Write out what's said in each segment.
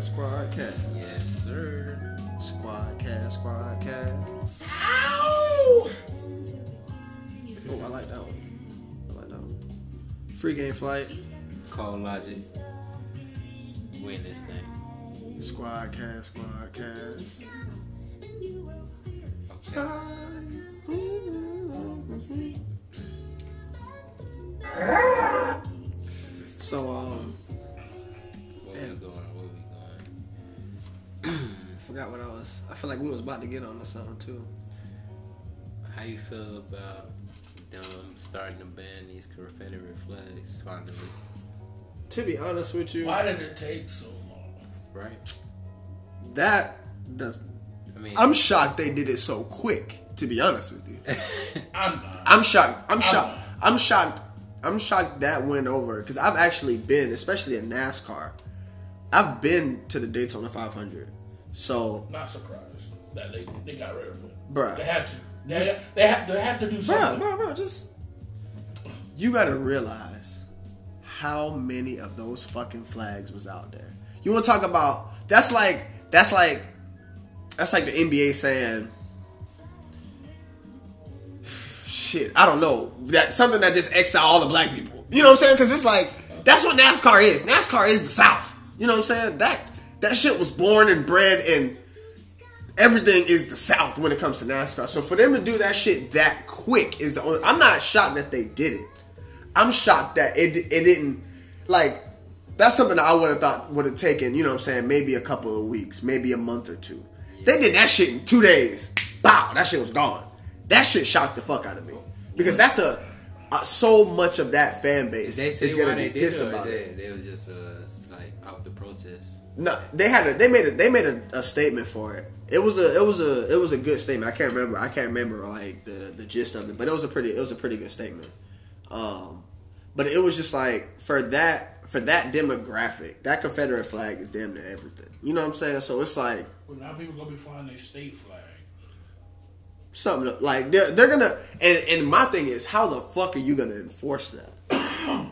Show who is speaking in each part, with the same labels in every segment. Speaker 1: squad cat.
Speaker 2: Yes, sir.
Speaker 1: Squad cat, squad cat.
Speaker 2: Ow!
Speaker 1: Oh, I like that one. I like that one. Free game flight.
Speaker 2: Call logic. Win this thing.
Speaker 1: Squad cat, squad cats.
Speaker 2: Okay.
Speaker 1: So um,
Speaker 2: Where we going? Where we
Speaker 1: forgot what I was. I feel like we was about to get on to something too.
Speaker 2: going? How you feel about them starting to ban these Confederate flags finally?
Speaker 1: To be honest with you,
Speaker 3: Why did it take so long?
Speaker 2: Right?
Speaker 1: that does.
Speaker 2: I mean,
Speaker 4: I'm shocked they did it so quick. To be honest with you,
Speaker 3: I'm not.
Speaker 4: I'm shocked. I'm shocked. I'm shocked. I'm shocked that went over because I've actually been, especially in NASCAR, I've been to the Daytona 500. So,
Speaker 3: Not surprised that they, they got rid of it.
Speaker 4: Bruh.
Speaker 3: They had to. They, they, have, they have to do
Speaker 4: bro,
Speaker 3: something.
Speaker 4: bro, bro, just you gotta realize how many of those fucking flags was out there. You want to talk about? That's like that's like that's like the NBA saying. Shit, I don't know that something that just exile all the black people. You know what I'm saying? Because it's like that's what NASCAR is. NASCAR is the South. You know what I'm saying? That that shit was born and bred and everything is the South when it comes to NASCAR. So for them to do that shit that quick is the only. I'm not shocked that they did it. I'm shocked that it it didn't like. That's something that I would have thought would have taken. You know what I'm saying? Maybe a couple of weeks, maybe a month or two. They did that shit in two days. Bow, that shit was gone. That shit shocked the fuck out of me because that's a, a so much of that fan base
Speaker 2: did they
Speaker 4: is
Speaker 2: say
Speaker 4: gonna
Speaker 2: why they
Speaker 4: be
Speaker 2: did
Speaker 4: pissed
Speaker 2: it or
Speaker 4: about
Speaker 2: is
Speaker 4: it.
Speaker 2: it? They was just uh, like off the protest.
Speaker 4: No, they had a, they made a, they made a, a statement for it. It was a it was a it was a good statement. I can't remember I can't remember like the the gist of it, but it was a pretty it was a pretty good statement. Um, but it was just like for that for that demographic, that Confederate flag is damn near everything. You know what I'm saying? So it's like
Speaker 3: Well, now people gonna be flying their state flag.
Speaker 4: something like they're, they're gonna and and my thing is how the fuck are you gonna enforce that?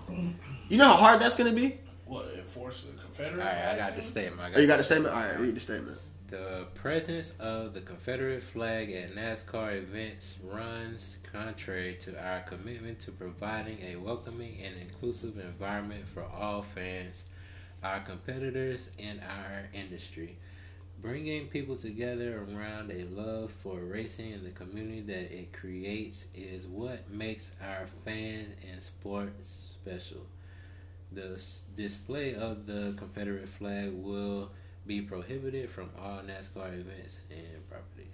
Speaker 4: you know how hard that's gonna be.
Speaker 3: What enforce the Confederate?
Speaker 2: All right, I
Speaker 3: flag?
Speaker 2: got the statement. I got
Speaker 4: Oh, you got
Speaker 2: the
Speaker 4: a statement? All right, read the statement.
Speaker 2: The presence of the Confederate flag at NASCAR events runs contrary to our commitment to providing a welcoming and inclusive environment for all fans, our competitors, and our industry. Bringing people together around a love for racing and the community that it creates is what makes our fan and sports special. The s- display of the Confederate flag will be prohibited from all NASCAR events and properties.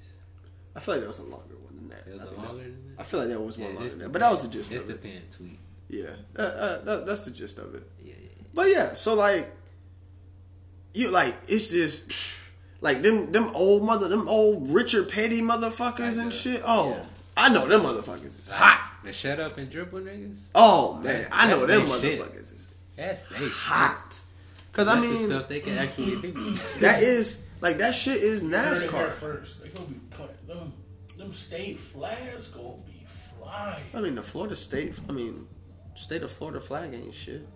Speaker 4: I feel like there was a longer one than that.
Speaker 2: It
Speaker 4: I
Speaker 2: was
Speaker 4: think
Speaker 2: a
Speaker 4: that-
Speaker 2: longer than
Speaker 4: I
Speaker 2: that.
Speaker 4: feel like there was one
Speaker 2: Yeah,
Speaker 4: line
Speaker 2: it's
Speaker 4: in
Speaker 2: the
Speaker 4: there, but that was the
Speaker 2: pen-
Speaker 4: gist
Speaker 2: It's
Speaker 4: of
Speaker 2: the
Speaker 4: it.
Speaker 2: pen tweet.
Speaker 4: Yeah, uh, uh, that, that's the gist of it.
Speaker 2: Yeah, yeah.
Speaker 4: But yeah, so like, you like it's just psh, like them them old mother them old Richard Petty motherfuckers
Speaker 2: I know.
Speaker 4: and shit. Oh,
Speaker 2: Yeah.
Speaker 4: I know them motherfuckers is
Speaker 2: Like,
Speaker 4: hot.
Speaker 2: The shut up and dribble niggas.
Speaker 4: Oh man,
Speaker 2: That-
Speaker 4: I know them
Speaker 2: that's they shit.
Speaker 4: motherfuckers is
Speaker 2: That's they shit.
Speaker 4: hot. Cause
Speaker 2: That's
Speaker 4: I
Speaker 2: the
Speaker 4: mean
Speaker 2: stuff they can actually do.
Speaker 4: that is like that shit is
Speaker 3: Heard it here
Speaker 4: NASCAR.
Speaker 3: first. They gonna be putting them. Them state flags gonna be
Speaker 4: I
Speaker 3: flying.
Speaker 4: mean the Florida state. I mean state of Florida flag ain't shit.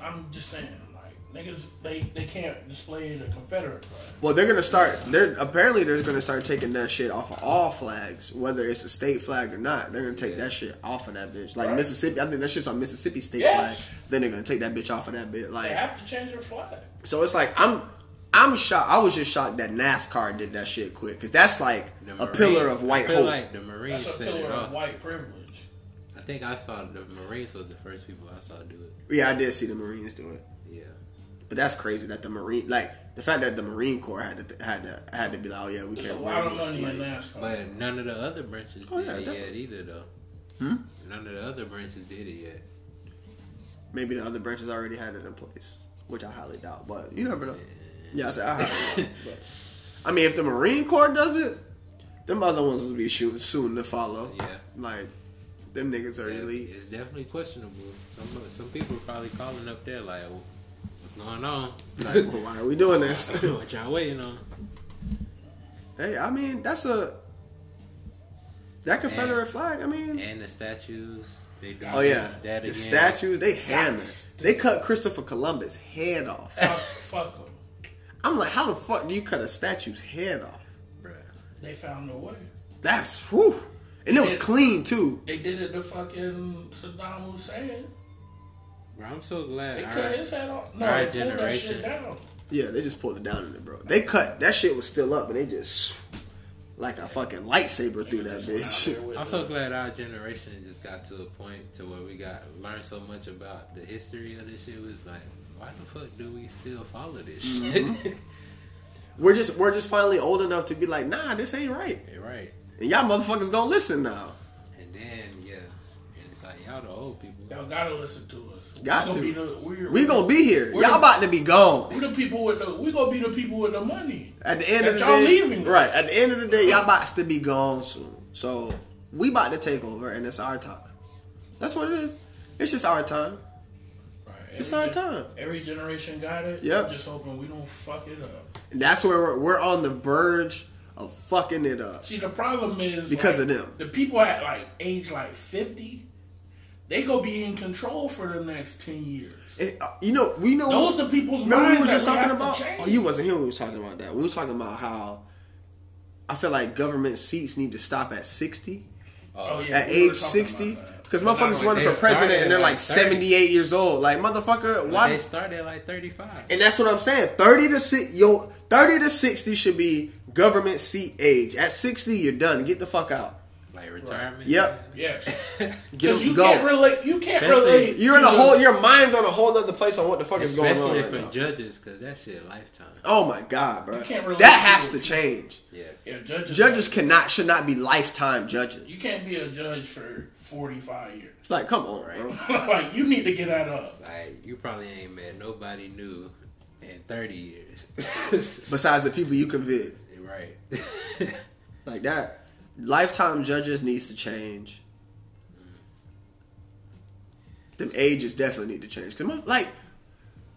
Speaker 3: I'm just saying, like niggas, they they can't display the Confederate flag.
Speaker 4: Well, they're gonna start. They're apparently they're gonna start taking that shit off of all flags, whether it's a state flag or not. They're gonna take
Speaker 2: Yeah.
Speaker 4: that shit off of that bitch. Like Mississippi, I think that shit's on Mississippi state
Speaker 3: Yes.
Speaker 4: flag. Then they're gonna take that bitch off of that bitch.
Speaker 3: They
Speaker 4: Like,
Speaker 3: have to change their flag.
Speaker 4: so it's like I'm, I'm shocked. I was just shocked that NASCAR did that shit quick because that's like
Speaker 2: The
Speaker 4: a
Speaker 2: Marines-
Speaker 4: pillar of white
Speaker 2: I feel
Speaker 4: hope.
Speaker 2: like the Marines
Speaker 3: That's a
Speaker 2: set it
Speaker 3: pillar of
Speaker 2: off.
Speaker 3: white privilege.
Speaker 2: I think I saw the Marines was the first people I saw do it.
Speaker 4: yeah, I did see the Marines do it,
Speaker 2: Yeah.
Speaker 4: but that's crazy that the Marine like the fact that the Marine Corps had to had to had to be like, oh yeah, we
Speaker 3: There's a
Speaker 4: can't.
Speaker 3: lot
Speaker 4: raise
Speaker 3: of
Speaker 4: it.
Speaker 3: money
Speaker 4: Like,
Speaker 3: in NASCAR.
Speaker 2: But none of the other branches
Speaker 4: Oh,
Speaker 2: did
Speaker 4: yeah,
Speaker 2: it yet
Speaker 4: definitely. Hmm?
Speaker 2: either though. None of the other branches did it yet.
Speaker 4: maybe the other branches already had it in place, which I highly doubt. But you never know. Yeah, I said I highly doubt. But, I mean, if the Marine Corps does it, them other ones will be shooting soon to follow.
Speaker 2: Yeah.
Speaker 4: like them niggas are
Speaker 2: Yeah,
Speaker 4: elite.
Speaker 2: It's definitely questionable. Some some people are probably calling up there like, "What's going on?
Speaker 4: Like, well, why are we doing this?
Speaker 2: what y'all waiting on?"
Speaker 4: hey, I mean, that's a that Confederate
Speaker 2: And-
Speaker 4: flag. I mean,
Speaker 2: And the statues, they do
Speaker 4: oh yeah, the
Speaker 2: that again.
Speaker 4: statues they hammer.
Speaker 3: That's-
Speaker 4: They cut Christopher Columbus' head off.
Speaker 3: fuck, fuck 'em.
Speaker 4: I'm like, how the fuck do you cut a statue's head off?
Speaker 2: bruh.
Speaker 3: They found a way.
Speaker 4: That's whew. And it was clean too.
Speaker 3: They did it to fucking Saddam Hussein.
Speaker 2: Bro, I'm so
Speaker 3: They
Speaker 2: glad.
Speaker 3: cut
Speaker 2: Our,
Speaker 3: his head off. No,
Speaker 2: our
Speaker 3: they pulled that
Speaker 2: generation.
Speaker 3: shit down.
Speaker 4: Yeah, they just pulled it down in it, bro. They cut that shit was still up, and they just like a fucking lightsaber through that bitch.
Speaker 2: I'm so glad our generation just got to a point to where we got learned so much about the history of this shit. It was like, why the fuck do we still follow this shit?
Speaker 4: Mm-hmm. We're just we're just finally old enough to be like, nah, this ain't right.
Speaker 2: Yeah, right.
Speaker 4: And y'all motherfuckers gonna listen now.
Speaker 2: And then yeah, and it's like y'all the old people.
Speaker 3: Y'all gotta listen to us.
Speaker 4: Got
Speaker 3: we
Speaker 4: to.
Speaker 3: Be the, we're,
Speaker 4: We gonna be here.
Speaker 3: We're
Speaker 4: y'all
Speaker 3: the-
Speaker 4: about to be gone.
Speaker 3: We the people with the. We gonna be the people with the money.
Speaker 4: At the end of
Speaker 3: That
Speaker 4: the
Speaker 3: y'all
Speaker 4: day,
Speaker 3: leaving us.
Speaker 4: right? At the end of the day, y'all about to be gone soon. So we about to take over, and it's our time. That's what it is. It's just our time.
Speaker 3: Right.
Speaker 4: It's
Speaker 3: every
Speaker 4: our
Speaker 3: gen-
Speaker 4: time.
Speaker 3: Every generation got it.
Speaker 4: Yep.
Speaker 3: I'm just hoping we don't fuck it up.
Speaker 4: And that's where we're, we're on the verge of fucking it up.
Speaker 3: See, the problem is
Speaker 4: Because
Speaker 3: like,
Speaker 4: of them.
Speaker 3: The people at like age like fifty, they gonna be in control for the next ten years.
Speaker 4: It- uh, you know, we know.
Speaker 3: Those the people's
Speaker 4: remember we
Speaker 3: minds
Speaker 4: were
Speaker 3: that
Speaker 4: just
Speaker 3: we
Speaker 4: talking
Speaker 3: have to
Speaker 4: about.
Speaker 3: change.
Speaker 4: Oh, you wasn't here. when We was talking about that. We was talking about how I feel like government seats need to stop at sixty.
Speaker 3: Oh, yeah,
Speaker 4: at
Speaker 3: we
Speaker 4: age
Speaker 3: were talking
Speaker 4: sixty
Speaker 3: about that.
Speaker 4: because
Speaker 2: But not
Speaker 4: motherfuckers
Speaker 2: like
Speaker 4: running
Speaker 2: they
Speaker 4: for president
Speaker 2: started
Speaker 4: and they're
Speaker 2: like
Speaker 4: like
Speaker 2: 30.
Speaker 4: 78 years old like motherfucker
Speaker 2: Like,
Speaker 4: why
Speaker 2: they started at like 35.
Speaker 4: and that's what i'm saying 30 to 6 yo 30 to 60 should be government seat age at 60 you're done get the fuck out
Speaker 2: Like retirement.
Speaker 4: yep
Speaker 3: Yes.
Speaker 4: get
Speaker 3: 'Cause you
Speaker 4: them go
Speaker 3: can't relate. You can't
Speaker 2: Especially-
Speaker 3: relate.
Speaker 4: you're in
Speaker 3: to
Speaker 4: a
Speaker 3: the-
Speaker 4: whole your mind's on a whole other place on what the fuck is going on
Speaker 2: Especially
Speaker 4: right
Speaker 2: for
Speaker 4: now.
Speaker 2: judges, because that shit lifetime.
Speaker 4: oh my god bro
Speaker 3: You can't relate
Speaker 4: that
Speaker 3: to
Speaker 4: has to
Speaker 3: it.
Speaker 4: change
Speaker 2: Yes.
Speaker 3: Yeah, judges.
Speaker 4: judges cannot should not be lifetime
Speaker 3: You
Speaker 4: judges
Speaker 3: can't be a judge for forty five years.
Speaker 4: like come on bro
Speaker 3: like you need to get that up.
Speaker 2: Like you probably ain't met nobody new in 30 years.
Speaker 4: besides the people you convict
Speaker 2: right.
Speaker 4: like that lifetime judges needs to change them ages definitely need to change because like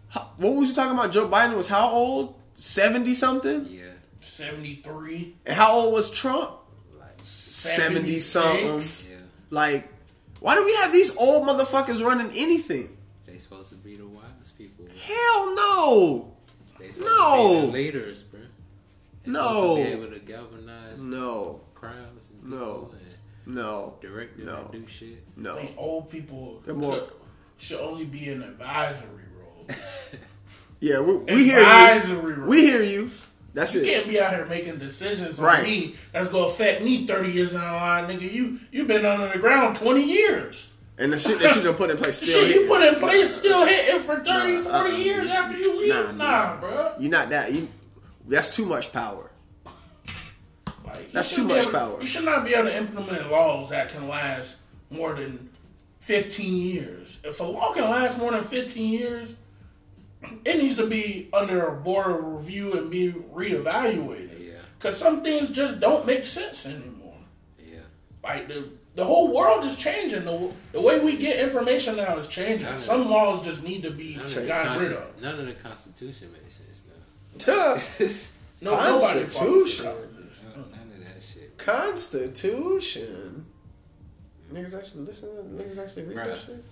Speaker 4: how- what was you talking about joe biden was how old 70 something
Speaker 2: yeah.
Speaker 3: Seventy three.
Speaker 4: and how old was trump
Speaker 2: Like
Speaker 4: 70 something
Speaker 2: yeah.
Speaker 4: like why do we have these old motherfuckers running anything
Speaker 2: They supposed to be the wise people.
Speaker 4: hell no
Speaker 2: They supposed
Speaker 4: No.
Speaker 2: to be the leaders, bro. They
Speaker 4: No.
Speaker 2: supposed to be able to galvanize
Speaker 4: no
Speaker 2: crowds and people
Speaker 4: No.
Speaker 2: and
Speaker 4: no
Speaker 2: direct them
Speaker 4: No.
Speaker 2: to do shit.
Speaker 3: I
Speaker 4: no
Speaker 3: think old people
Speaker 4: They're more-
Speaker 3: should only be an advisory role.
Speaker 4: yeah we, we hear
Speaker 3: Advisory
Speaker 4: you
Speaker 3: role.
Speaker 4: we hear you that's
Speaker 3: You
Speaker 4: it
Speaker 3: can't be out here making decisions for
Speaker 4: Right.
Speaker 3: me that's gonna affect me thirty years down the line, nigga. You you been under the ground twenty years.
Speaker 4: and the shit that you done put in place still
Speaker 3: Shit you
Speaker 4: hitting.
Speaker 3: put in place still hitting for 30,
Speaker 4: Nah,
Speaker 3: 40
Speaker 4: uh-uh.
Speaker 3: years after you leave.
Speaker 4: Nah,
Speaker 3: Nah,
Speaker 4: nah.
Speaker 3: bro.
Speaker 4: You're not that. You, that's too much power.
Speaker 3: Like, you
Speaker 4: That's too
Speaker 3: shouldn't be
Speaker 4: much
Speaker 3: able-
Speaker 4: power.
Speaker 3: You should not be able to implement laws that can last more than fifteen years. If a law can last more than fifteen years, it needs to be under a board of review and be reevaluated.
Speaker 2: Yeah.
Speaker 3: Because some things just don't make sense anymore.
Speaker 2: Yeah.
Speaker 3: Like the the whole world is changing. The, the way we get information now is changing.
Speaker 2: None of
Speaker 3: Some laws just need to be
Speaker 2: None of, the
Speaker 3: got rid
Speaker 2: consti-
Speaker 3: of.
Speaker 2: none of the Constitution makes sense now.
Speaker 3: No, nobody fucks
Speaker 4: Constitution.
Speaker 3: with this.
Speaker 2: None none of that shit. bro.
Speaker 4: Constitution. Niggas actually listen. Niggas actually read
Speaker 2: that Bruh.
Speaker 4: shit.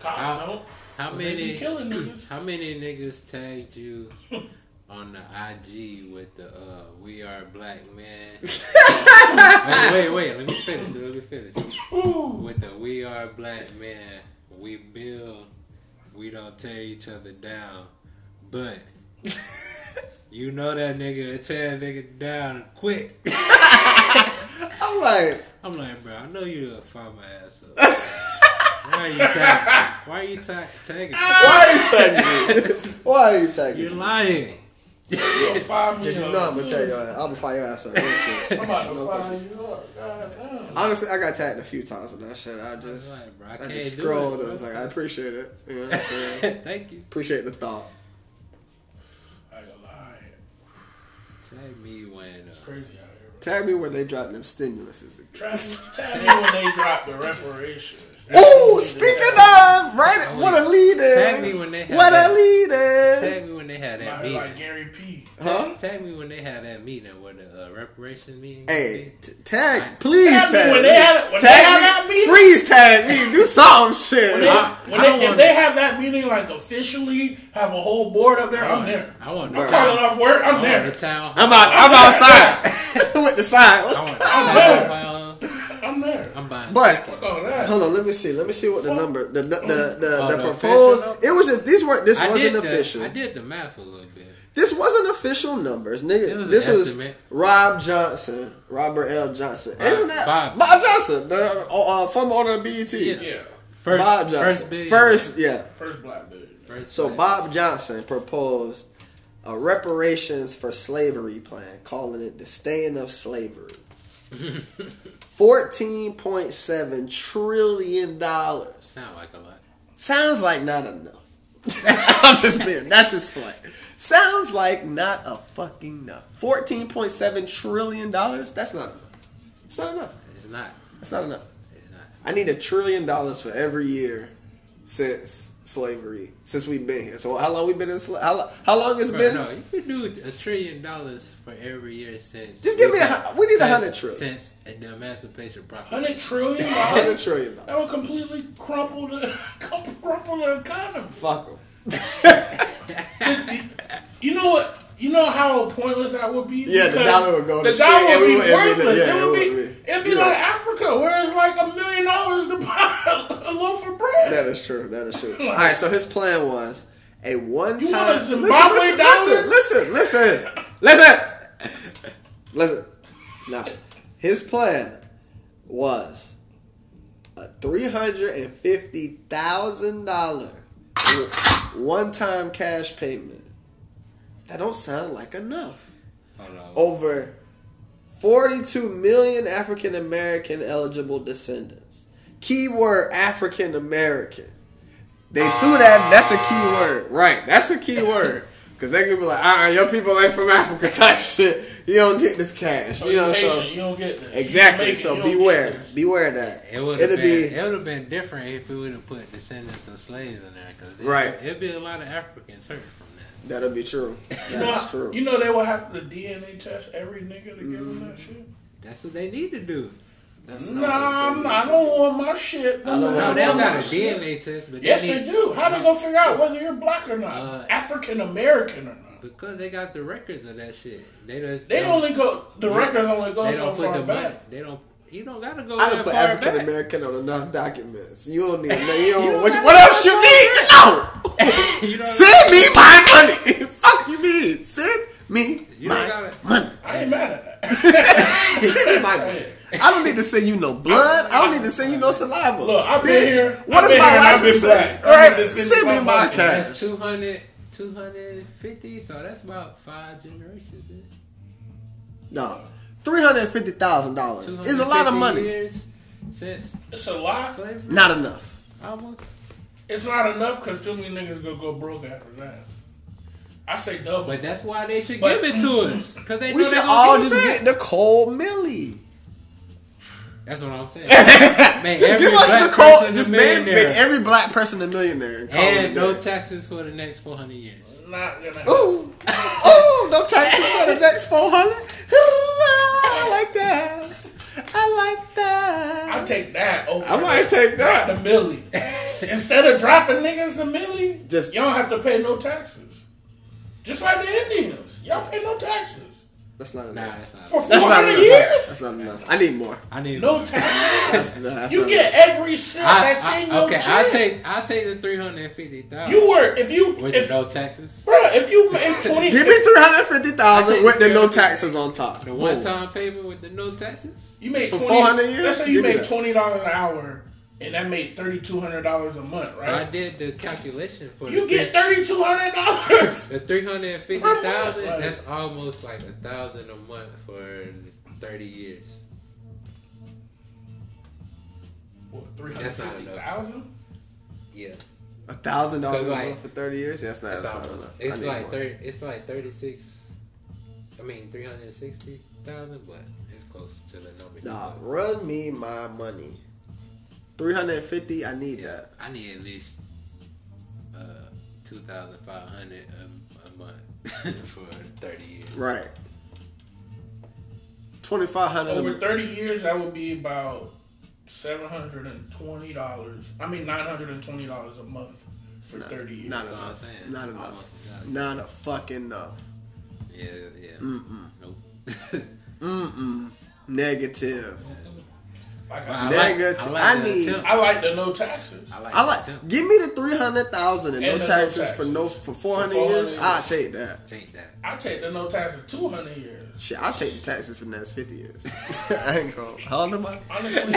Speaker 3: Cops
Speaker 2: How-
Speaker 3: don't.
Speaker 2: How
Speaker 3: They be
Speaker 2: many?
Speaker 3: killing niggas.
Speaker 2: How many niggas tagged you on the IG with the uh, "We are black men"? wait, wait, wait. Let me finish. Let me finish.
Speaker 3: Ooh.
Speaker 2: With the "We are black men," we build. We don't tear each other down, but you know that nigga will tear a nigga down quick.
Speaker 4: I'm like,
Speaker 2: I'm like, bro, I know you a farmer ass up. why are you tagging? Why are you ta- tagging?
Speaker 4: why are you tagging me? why are you tagging
Speaker 2: You're
Speaker 4: me?
Speaker 2: lying.
Speaker 3: You'll fire me
Speaker 4: Because you
Speaker 3: up.
Speaker 4: know I'm gonna tell you. I'm gonna fire your ass up. real quick.
Speaker 3: I'm about to
Speaker 4: No
Speaker 3: fire
Speaker 4: question.
Speaker 3: you up. God,
Speaker 4: Honestly, I got tagged a few times on that shit. I just,
Speaker 2: I was like, bro, I
Speaker 4: I,
Speaker 2: can't
Speaker 4: just
Speaker 2: do
Speaker 4: scrolled.
Speaker 2: it,
Speaker 4: I was
Speaker 2: bro.
Speaker 4: like, I appreciate it. You know what I'm saying?
Speaker 2: Thank you.
Speaker 4: appreciate the thought.
Speaker 3: damn. I ain't gonna lie.
Speaker 2: Tag me when
Speaker 3: It's
Speaker 2: uh,
Speaker 3: crazy out here.
Speaker 4: Tag me where they dropped them stimuluses. again.
Speaker 3: Travis, tell me when they drop the reparations. That's
Speaker 4: Ooh,
Speaker 3: when we do
Speaker 4: speaking
Speaker 3: that.
Speaker 4: of, right?
Speaker 2: Oh,
Speaker 4: What a
Speaker 2: yeah.
Speaker 4: leader.
Speaker 2: Tag me when they have
Speaker 4: What
Speaker 2: that-
Speaker 4: a leader.
Speaker 2: Tag me when they had that
Speaker 3: Like, like
Speaker 2: meeting.
Speaker 3: Gary P.
Speaker 4: Huh?
Speaker 2: Tag me when they had that meeting where the uh, reparation meeting.
Speaker 4: Hey, t- tag, please tag,
Speaker 3: Tag me when they had- when they had that
Speaker 4: me,
Speaker 3: meeting?
Speaker 4: freeze tag me, do some shit.
Speaker 3: When they,
Speaker 2: I-
Speaker 3: when
Speaker 2: I
Speaker 3: they-
Speaker 2: don't
Speaker 3: if
Speaker 2: wanna-
Speaker 3: they have that meeting, like officially, have a whole board up there,
Speaker 2: I
Speaker 3: I'm
Speaker 2: want,
Speaker 3: there.
Speaker 2: I want the
Speaker 4: Bruh.
Speaker 3: Calling
Speaker 2: town.
Speaker 3: off work,
Speaker 2: I
Speaker 3: I'm
Speaker 2: want the
Speaker 3: there.
Speaker 2: town.
Speaker 4: I'm out. I'm outside with the sign. Let's
Speaker 2: I want the
Speaker 4: go.
Speaker 3: there.
Speaker 2: town. hall.
Speaker 3: I'm there.
Speaker 2: I'm buying.
Speaker 4: But
Speaker 3: Fuck all that.
Speaker 4: hold on, let me see. Let me see what the number the the the, the,
Speaker 2: Oh,
Speaker 4: the
Speaker 2: the
Speaker 4: proposed.
Speaker 2: official number?
Speaker 4: It was just these weren't. This
Speaker 2: I
Speaker 4: wasn't
Speaker 2: did the-
Speaker 4: official.
Speaker 2: I did the math a little bit.
Speaker 4: This wasn't official numbers,
Speaker 2: It
Speaker 4: nigga.
Speaker 2: was an
Speaker 4: this was
Speaker 2: estimate.
Speaker 4: Rob Johnson, Robert L. Johnson.
Speaker 2: Bob-
Speaker 4: Isn't that
Speaker 2: Bob.
Speaker 4: Bob, Johnson, the uh, former owner of BET?
Speaker 2: Yeah.
Speaker 3: Yeah,
Speaker 2: First,
Speaker 4: Bob
Speaker 2: first, E
Speaker 4: Johnson.
Speaker 2: bid.
Speaker 4: First, yeah.
Speaker 3: first black dude.
Speaker 2: First
Speaker 4: So
Speaker 2: bid.
Speaker 4: Bob Johnson proposed a reparations for slavery plan, calling it the stain of slavery. Fourteen point seven trillion dollars.
Speaker 2: Sound like a lot.
Speaker 4: Sounds like not enough. I'm just being. That's just play. Sounds like not a fucking enough. Fourteen point seven trillion dollars. That's not enough. It's not enough.
Speaker 2: It's not.
Speaker 4: That's not enough.
Speaker 2: It's not.
Speaker 4: I need a trillion dollars for every year since slavery, since we've been here. So how long we been in slavery? How, lo- how long it's
Speaker 2: Bro,
Speaker 4: been?
Speaker 2: no, you could do a trillion dollars for every year since.
Speaker 4: Just give me a
Speaker 2: got-
Speaker 4: hun- we need a
Speaker 2: since-
Speaker 4: hundred trillion.
Speaker 2: since the Emancipation Proclamation.
Speaker 3: Hundred trillion
Speaker 4: Hundred
Speaker 3: dollars.
Speaker 4: trillion
Speaker 3: That would
Speaker 4: dollars.
Speaker 3: completely crumple the crumple the economy.
Speaker 4: Fuck 'em.
Speaker 3: You know what? You know how pointless that would be.
Speaker 4: Yeah, the
Speaker 3: Because
Speaker 4: dollar would go to
Speaker 3: The
Speaker 4: shit
Speaker 3: dollar
Speaker 4: and
Speaker 3: would
Speaker 4: we
Speaker 3: be
Speaker 4: wouldn't admit it.
Speaker 3: worthless.
Speaker 4: Yeah,
Speaker 3: it would
Speaker 4: it
Speaker 3: be.
Speaker 4: would be.
Speaker 3: It'd be
Speaker 4: Yeah.
Speaker 3: like Africa, where it's like a million dollars to buy a loaf of bread.
Speaker 4: That is true. That is true. All right. So his plan was a one
Speaker 3: You want a
Speaker 4: time.
Speaker 3: Zimbabwe dollar?
Speaker 4: listen, listen, listen, listen, listen. Now, his plan was a three hundred and fifty thousand dollar one time cash payment. That don't sound like enough
Speaker 2: Hold on.
Speaker 4: Oh, over 42 million African American eligible descendants. Keyword African American. They threw
Speaker 3: Ah.
Speaker 4: that. That's a key word, right? That's a key word because they could be like, "Uh, uh your people ain't from Africa." Type shit. You don't get this cash.
Speaker 3: So
Speaker 4: You know,
Speaker 3: patient,
Speaker 4: so
Speaker 3: you don't get this. You
Speaker 4: exactly.
Speaker 3: make it, you
Speaker 4: So
Speaker 3: don't get
Speaker 4: beware,
Speaker 3: this.
Speaker 4: beware of that
Speaker 2: It would
Speaker 4: it'd
Speaker 2: have been,
Speaker 4: be
Speaker 2: it would have been different if we would have put descendants of slaves in there, cause it'd,
Speaker 4: Right.
Speaker 2: it'd be a lot of Africans hurting from that.
Speaker 4: that'll be true.
Speaker 3: You know,
Speaker 4: That's true.
Speaker 3: you know they will have to DNA test every nigga to give them that shit.
Speaker 2: That's what they need to do.
Speaker 4: That's
Speaker 3: Nah,
Speaker 4: not what
Speaker 3: I'm-
Speaker 4: they
Speaker 3: I
Speaker 4: do.
Speaker 3: don't want my shit.
Speaker 4: Mm-hmm. I don't
Speaker 2: No,
Speaker 4: want
Speaker 2: they don't
Speaker 4: my
Speaker 2: got a DNA test, but
Speaker 3: Yes,
Speaker 2: they need,
Speaker 3: they do. How they gonna figure out whether you're black or not,
Speaker 2: Uh,
Speaker 3: African American or not?
Speaker 2: because they got the records of that shit. They just
Speaker 3: They
Speaker 2: don't-
Speaker 3: only go. The
Speaker 2: Yeah.
Speaker 3: records only go
Speaker 2: they
Speaker 3: so
Speaker 2: don't put
Speaker 3: far
Speaker 2: the
Speaker 3: back.
Speaker 2: money. They don't. You don't gotta go
Speaker 4: I
Speaker 2: that
Speaker 4: don't put
Speaker 2: far
Speaker 4: African
Speaker 2: back.
Speaker 4: American on enough documents. You don't need. no- You don't. what,
Speaker 2: don't
Speaker 4: what
Speaker 2: have
Speaker 4: else you need to know?
Speaker 2: You know,
Speaker 4: Send me my money. Fuck you mean? Send me
Speaker 2: You
Speaker 4: my
Speaker 2: don't gotta-
Speaker 4: money.
Speaker 3: I ain't mad at that.
Speaker 4: Send me my money. I don't need to send you no blood. I don't need to send you no saliva.
Speaker 3: Look, I've been
Speaker 4: Bitch,
Speaker 3: here.
Speaker 4: What
Speaker 3: I've
Speaker 4: does
Speaker 3: been
Speaker 4: my
Speaker 3: here and I've
Speaker 4: license
Speaker 3: been
Speaker 4: say?
Speaker 3: black. I
Speaker 4: Right?
Speaker 3: need to
Speaker 4: Send,
Speaker 3: send you
Speaker 4: me
Speaker 3: my
Speaker 4: my
Speaker 3: money.
Speaker 4: cash.
Speaker 2: that's 200, 250, So that's about five generations. man.
Speaker 4: No, three hundred fifty thousand dollars is a lot of
Speaker 2: 250
Speaker 4: money.
Speaker 2: Years since
Speaker 3: it's a lie.
Speaker 2: slavery,
Speaker 4: Not enough.
Speaker 2: almost.
Speaker 3: It's not enough because too many niggas gonna go broke after that. I say double.
Speaker 2: But that's why they should
Speaker 3: But-
Speaker 2: give it to us, cause they
Speaker 4: We
Speaker 2: know they
Speaker 4: should
Speaker 2: gonna
Speaker 4: all
Speaker 2: give
Speaker 4: just
Speaker 2: it
Speaker 4: get
Speaker 2: back.
Speaker 4: the cold millie.
Speaker 2: That's what I'm saying. Man,
Speaker 4: Just
Speaker 2: every
Speaker 4: give us
Speaker 2: black
Speaker 4: the cold.
Speaker 2: person a
Speaker 4: Just make, make
Speaker 2: millionaire.
Speaker 4: every black person a millionaire. And, call it a
Speaker 2: and
Speaker 4: day.
Speaker 2: no taxes for the next 400 years.
Speaker 3: not gonna.
Speaker 4: Ooh, ooh, no taxes for the next 400. Ooh, I like that. I like that.
Speaker 3: I take that over.
Speaker 4: I might take
Speaker 3: the
Speaker 4: that.
Speaker 3: millie. Instead of dropping niggas the millie,
Speaker 4: Just-
Speaker 3: y'all have to pay no taxes. Just like the Indians, y'all pay no taxes
Speaker 4: That's not
Speaker 2: Nah,
Speaker 4: enough.
Speaker 2: that's not.
Speaker 3: for
Speaker 4: That's not
Speaker 3: 400
Speaker 4: enough.
Speaker 3: years.
Speaker 4: That's not enough. I need more.
Speaker 2: I need
Speaker 3: No
Speaker 2: one.
Speaker 3: taxes.
Speaker 4: That's, that's
Speaker 3: you
Speaker 4: not
Speaker 3: get every cent
Speaker 2: I,
Speaker 3: that's in
Speaker 2: I,
Speaker 3: your
Speaker 2: okay,
Speaker 3: check.
Speaker 2: I'll take I'll take the 350,000
Speaker 3: You were if you
Speaker 2: with
Speaker 3: if
Speaker 2: no taxes.
Speaker 3: bro if you make twenty.
Speaker 4: enough. Give me three hundred fifty
Speaker 2: I
Speaker 4: thousand
Speaker 2: think-
Speaker 4: with the no taxes on top.
Speaker 2: The one time payment with the no taxes?
Speaker 3: You made
Speaker 4: For
Speaker 3: twenty.
Speaker 4: 400 years?
Speaker 3: Let's say you
Speaker 4: Give me
Speaker 3: made
Speaker 4: that.
Speaker 3: twenty dollars an hour, and that made thirty two hundred dollars a month,
Speaker 2: So I
Speaker 3: right?
Speaker 2: did the calculation for
Speaker 3: you
Speaker 2: the,
Speaker 3: get thirty two hundred dollars.
Speaker 2: the 350,000.
Speaker 3: Per month.
Speaker 2: That's almost like a thousand a month for 30 years.
Speaker 3: Three hundred fifty thousand.
Speaker 2: Yeah.
Speaker 4: A thousand dollars
Speaker 2: Cause
Speaker 4: a
Speaker 2: like-
Speaker 4: month for thirty years. Yeah, that's not,
Speaker 2: That's
Speaker 4: that's not
Speaker 2: almost
Speaker 4: enough. I
Speaker 2: it's
Speaker 4: need
Speaker 2: like
Speaker 4: more.
Speaker 2: 30 it's like 36 I mean 360 thousand, but it's close to the number. he
Speaker 4: Nah,
Speaker 2: put.
Speaker 4: run me my money. 350, I need
Speaker 2: Yeah,
Speaker 4: that.
Speaker 2: I need at least uh, two thousand five hundred a, a month for thirty years.
Speaker 4: Right. 2500 a
Speaker 3: Over
Speaker 4: month.
Speaker 3: thirty years, that would be about seven hundred and twenty dollars. I mean, nine hundred and twenty dollars a month for thirty years.
Speaker 4: not
Speaker 2: That's what I'm
Speaker 4: enough.
Speaker 2: saying.
Speaker 4: Not
Speaker 2: Almost
Speaker 4: enough.
Speaker 2: a thousand.
Speaker 4: Not a fucking uh, enough.
Speaker 2: Yeah, yeah. Nope.
Speaker 4: Mm-mm. Negative.
Speaker 3: Like
Speaker 2: I
Speaker 3: I,
Speaker 2: like-
Speaker 3: said,
Speaker 4: Negative.
Speaker 2: I
Speaker 4: I,
Speaker 2: like that
Speaker 4: need.
Speaker 2: too.
Speaker 3: I like the no taxes.
Speaker 2: I like.
Speaker 4: I
Speaker 2: that
Speaker 4: like.
Speaker 2: too.
Speaker 4: Give me the three hundred thousand and,
Speaker 3: And
Speaker 4: no
Speaker 3: the no
Speaker 4: taxes, for
Speaker 3: taxes.
Speaker 4: no for four hundred
Speaker 3: 400
Speaker 4: years.
Speaker 3: years.
Speaker 4: I will take that.
Speaker 2: Take that.
Speaker 3: I take the no taxes two hundred years.
Speaker 4: Shit, I'll take the taxes for the next fifty years. I ain't gonna. How old am I?
Speaker 3: Honestly,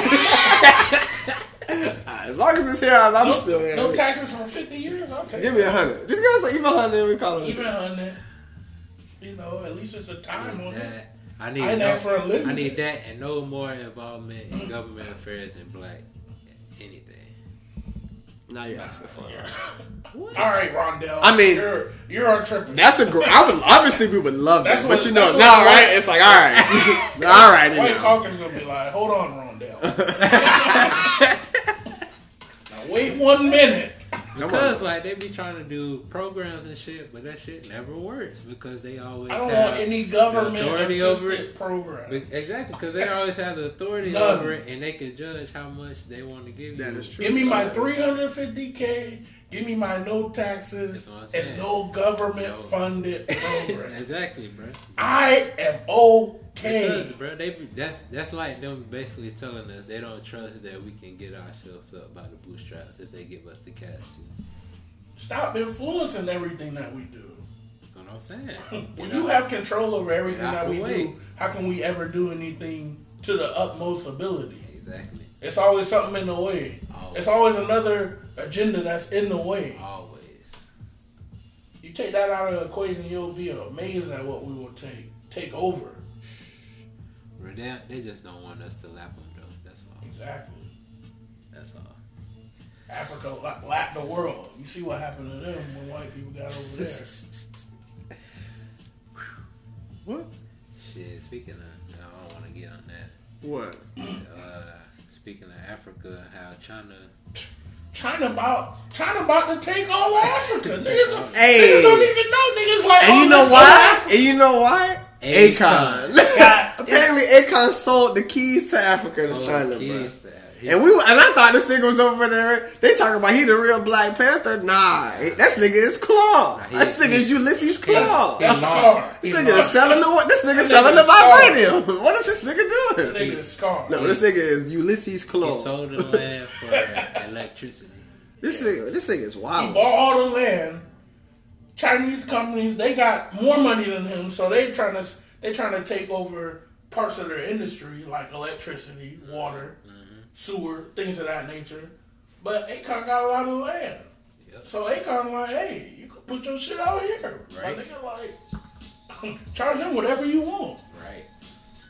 Speaker 4: As long as it's here, I'm
Speaker 3: no,
Speaker 4: still here.
Speaker 3: no taxes for fifty years. I'll take.
Speaker 4: Give me
Speaker 3: it.
Speaker 4: a hundred. Just give us an even hundred and we call it.
Speaker 3: even
Speaker 4: Even,
Speaker 3: hundred. You know, at least it's a time on it.
Speaker 2: That. I need
Speaker 3: I ain't
Speaker 2: that.
Speaker 3: ask for a living.
Speaker 2: I need that and no more involvement in government affairs and black anything.
Speaker 4: now you're asking for it.
Speaker 3: All right, Rondell.
Speaker 4: I mean-
Speaker 3: you're you're on tripping.
Speaker 4: That's a great. I would obviously we would love
Speaker 3: That's
Speaker 4: that,
Speaker 3: what-
Speaker 4: but you know
Speaker 3: that's
Speaker 4: now,
Speaker 3: what-
Speaker 4: right? It's like all right, all right. you
Speaker 3: White
Speaker 4: know.
Speaker 3: Caucus gonna be like, hold on, Rondell. now wait one minute.
Speaker 4: Come
Speaker 2: Because
Speaker 4: on.
Speaker 2: like they be trying to do programs and shit, but that shit never works because they always
Speaker 3: I don't
Speaker 2: have
Speaker 3: want any
Speaker 2: the
Speaker 3: government
Speaker 2: authority over it.
Speaker 3: assisted program.
Speaker 2: Be- Exactly, because they always have the authority
Speaker 3: None.
Speaker 2: over it, and they can judge how much they want to give you.
Speaker 4: That is true.
Speaker 3: Give me my 350k. Give me my no taxes
Speaker 2: That's what I'm saying.
Speaker 3: and no government
Speaker 2: No.
Speaker 3: funded program.
Speaker 2: exactly, bro.
Speaker 3: I am okay.
Speaker 2: Because, bro, they be, that's that's like them basically telling us they don't trust that we can get ourselves up by the bootstraps if they give us the cash.
Speaker 3: Stop influencing everything that we do.
Speaker 2: That's what I'm saying.
Speaker 3: When
Speaker 2: Get
Speaker 3: you
Speaker 2: out-
Speaker 3: have control over everything
Speaker 2: out
Speaker 3: that
Speaker 2: the
Speaker 3: we
Speaker 2: way.
Speaker 3: do, how can we ever do anything to the utmost ability?
Speaker 2: exactly
Speaker 3: It's always something in the way.
Speaker 2: Always.
Speaker 3: It's always another agenda that's in the way.
Speaker 2: always.
Speaker 3: You take that out of the equation, you'll be amazed at what we will take take over.
Speaker 2: Bro, they, they just don't want us to lap them though. That's all.
Speaker 3: Exactly.
Speaker 2: That's all.
Speaker 3: Africa la- lapped the world. You see what happened to them when white people got over there.
Speaker 2: Shit. Speaking of, no, I don't want to get on that.
Speaker 4: What?
Speaker 2: Uh, speaking of Africa, how China.
Speaker 3: China about China about to take all of Africa. niggas, don't-
Speaker 4: Hey.
Speaker 3: niggas don't even know. Niggas like
Speaker 4: And
Speaker 3: oh,
Speaker 4: you know
Speaker 3: this
Speaker 4: why?
Speaker 3: is
Speaker 4: And you know why?
Speaker 2: Akon.
Speaker 4: Akon. Apparently, Akon sold the keys to Africa to
Speaker 2: Oh,
Speaker 4: China, bro.
Speaker 2: kids, that- he-
Speaker 4: And we were- and I thought this nigga was over there. They talking about he the real Black Panther. Nah, that nigga is Claw.
Speaker 2: Nah, he-
Speaker 4: This nigga is Ulysses Claw.
Speaker 2: he-
Speaker 3: Africa.
Speaker 2: he-
Speaker 4: This
Speaker 3: Scar.
Speaker 4: nigga is selling the this nigga
Speaker 3: That
Speaker 4: selling the
Speaker 3: nigga is
Speaker 4: vibranium. What is this nigga doing?
Speaker 3: Nigga, scar.
Speaker 4: No, this nigga is Ulysses
Speaker 2: He
Speaker 4: Claw.
Speaker 2: sold the land for electricity.
Speaker 4: This nigga, this nigga is
Speaker 3: He
Speaker 4: wild.
Speaker 3: bought all the land. Chinese companies they got more money than him, so they trying to they trying to take over parts of their industry like electricity, water, sewer, things of that nature. But Akon got a lot of land,
Speaker 2: Yep.
Speaker 3: so Akon like, hey, you can put your shit out here.
Speaker 2: Right.
Speaker 3: My nigga like, charge them whatever you want.
Speaker 2: Right.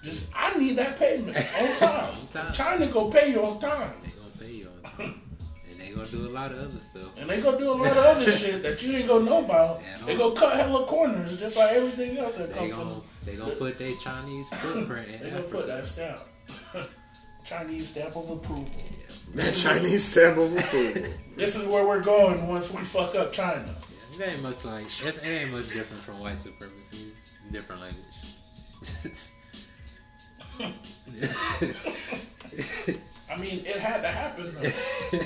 Speaker 3: Just I need that payment on time.
Speaker 2: time.
Speaker 3: China go pay you on time.
Speaker 2: They gonna pay you on time, and they gonna do a lot of other stuff.
Speaker 3: And they gonna do a lot of other shit that you ain't gonna know about.
Speaker 2: At
Speaker 3: They
Speaker 2: all.
Speaker 3: gonna cut hella corners just like everything else that
Speaker 2: They
Speaker 3: comes
Speaker 2: gonna
Speaker 3: from.
Speaker 2: they gonna put their Chinese footprint in
Speaker 3: They gonna put that
Speaker 2: Africa.
Speaker 3: stamp, Chinese stamp of approval.
Speaker 4: That Chinese stamp of approval.
Speaker 3: This is where we're going once we fuck up China.
Speaker 2: It ain't much like it it ain't much different from white supremacy. It's a Different language.
Speaker 3: I mean, it had to happen. Though.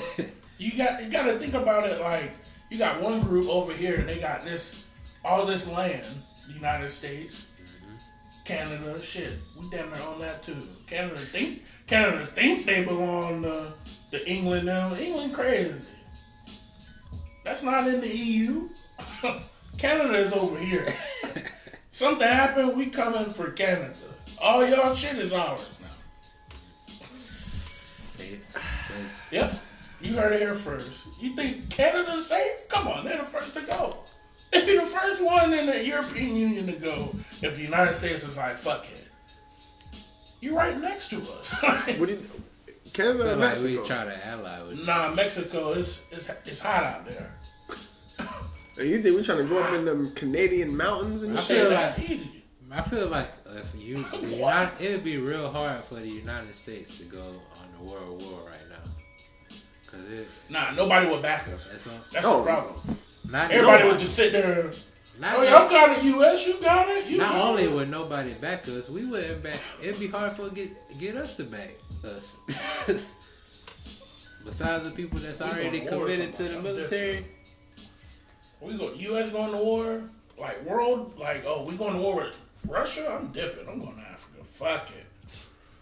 Speaker 3: you got you got to think about it like you got one group over here and they got this all this land, the United States, Canada, shit. We damn near own that too. Canada think Canada think they belong to the England now. England crazy. That's not in the EU. Canada is over here. Something happened, we coming for Canada. All y'all shit is ours now.
Speaker 2: They-
Speaker 3: Yep. You heard it here first. You think Canada's safe? Come on, they're the first to go. They'd be the first one in the European Union to go if the United States is like, fuck it. You're right next to us.
Speaker 4: What do you? Canada,
Speaker 2: but,
Speaker 4: or
Speaker 2: like we
Speaker 4: Mexico?
Speaker 2: try to ally with
Speaker 3: nah, Mexico, it's, it's, it's hot out there.
Speaker 4: You think we trying to go up in them Canadian mountains and
Speaker 2: I
Speaker 4: shit?
Speaker 2: feel
Speaker 3: Shit, that's easy.
Speaker 2: I feel like uh, if you, not, it'd be real hard for the United States to go on the world war right now. Cause it's,
Speaker 3: Nah, nobody would back us.
Speaker 2: it's on,
Speaker 3: That's
Speaker 4: Oh.
Speaker 3: the problem.
Speaker 2: not
Speaker 3: Everybody
Speaker 2: nobody-
Speaker 3: would just sit there.
Speaker 2: not,
Speaker 3: Oh, y'all got it, U.S. You got it. You
Speaker 2: not
Speaker 3: got
Speaker 2: only
Speaker 3: it.
Speaker 2: would nobody back us, we wouldn't back. It'd be hard for get get us to back us. Besides the people that's
Speaker 3: We
Speaker 2: already
Speaker 3: going to war or
Speaker 2: committed to the
Speaker 3: something, I'm
Speaker 2: military,
Speaker 3: we go. U.S. going to war? Like world? Like oh, we going to war with Russia? I'm dipping. I'm going to Africa. Fuck it.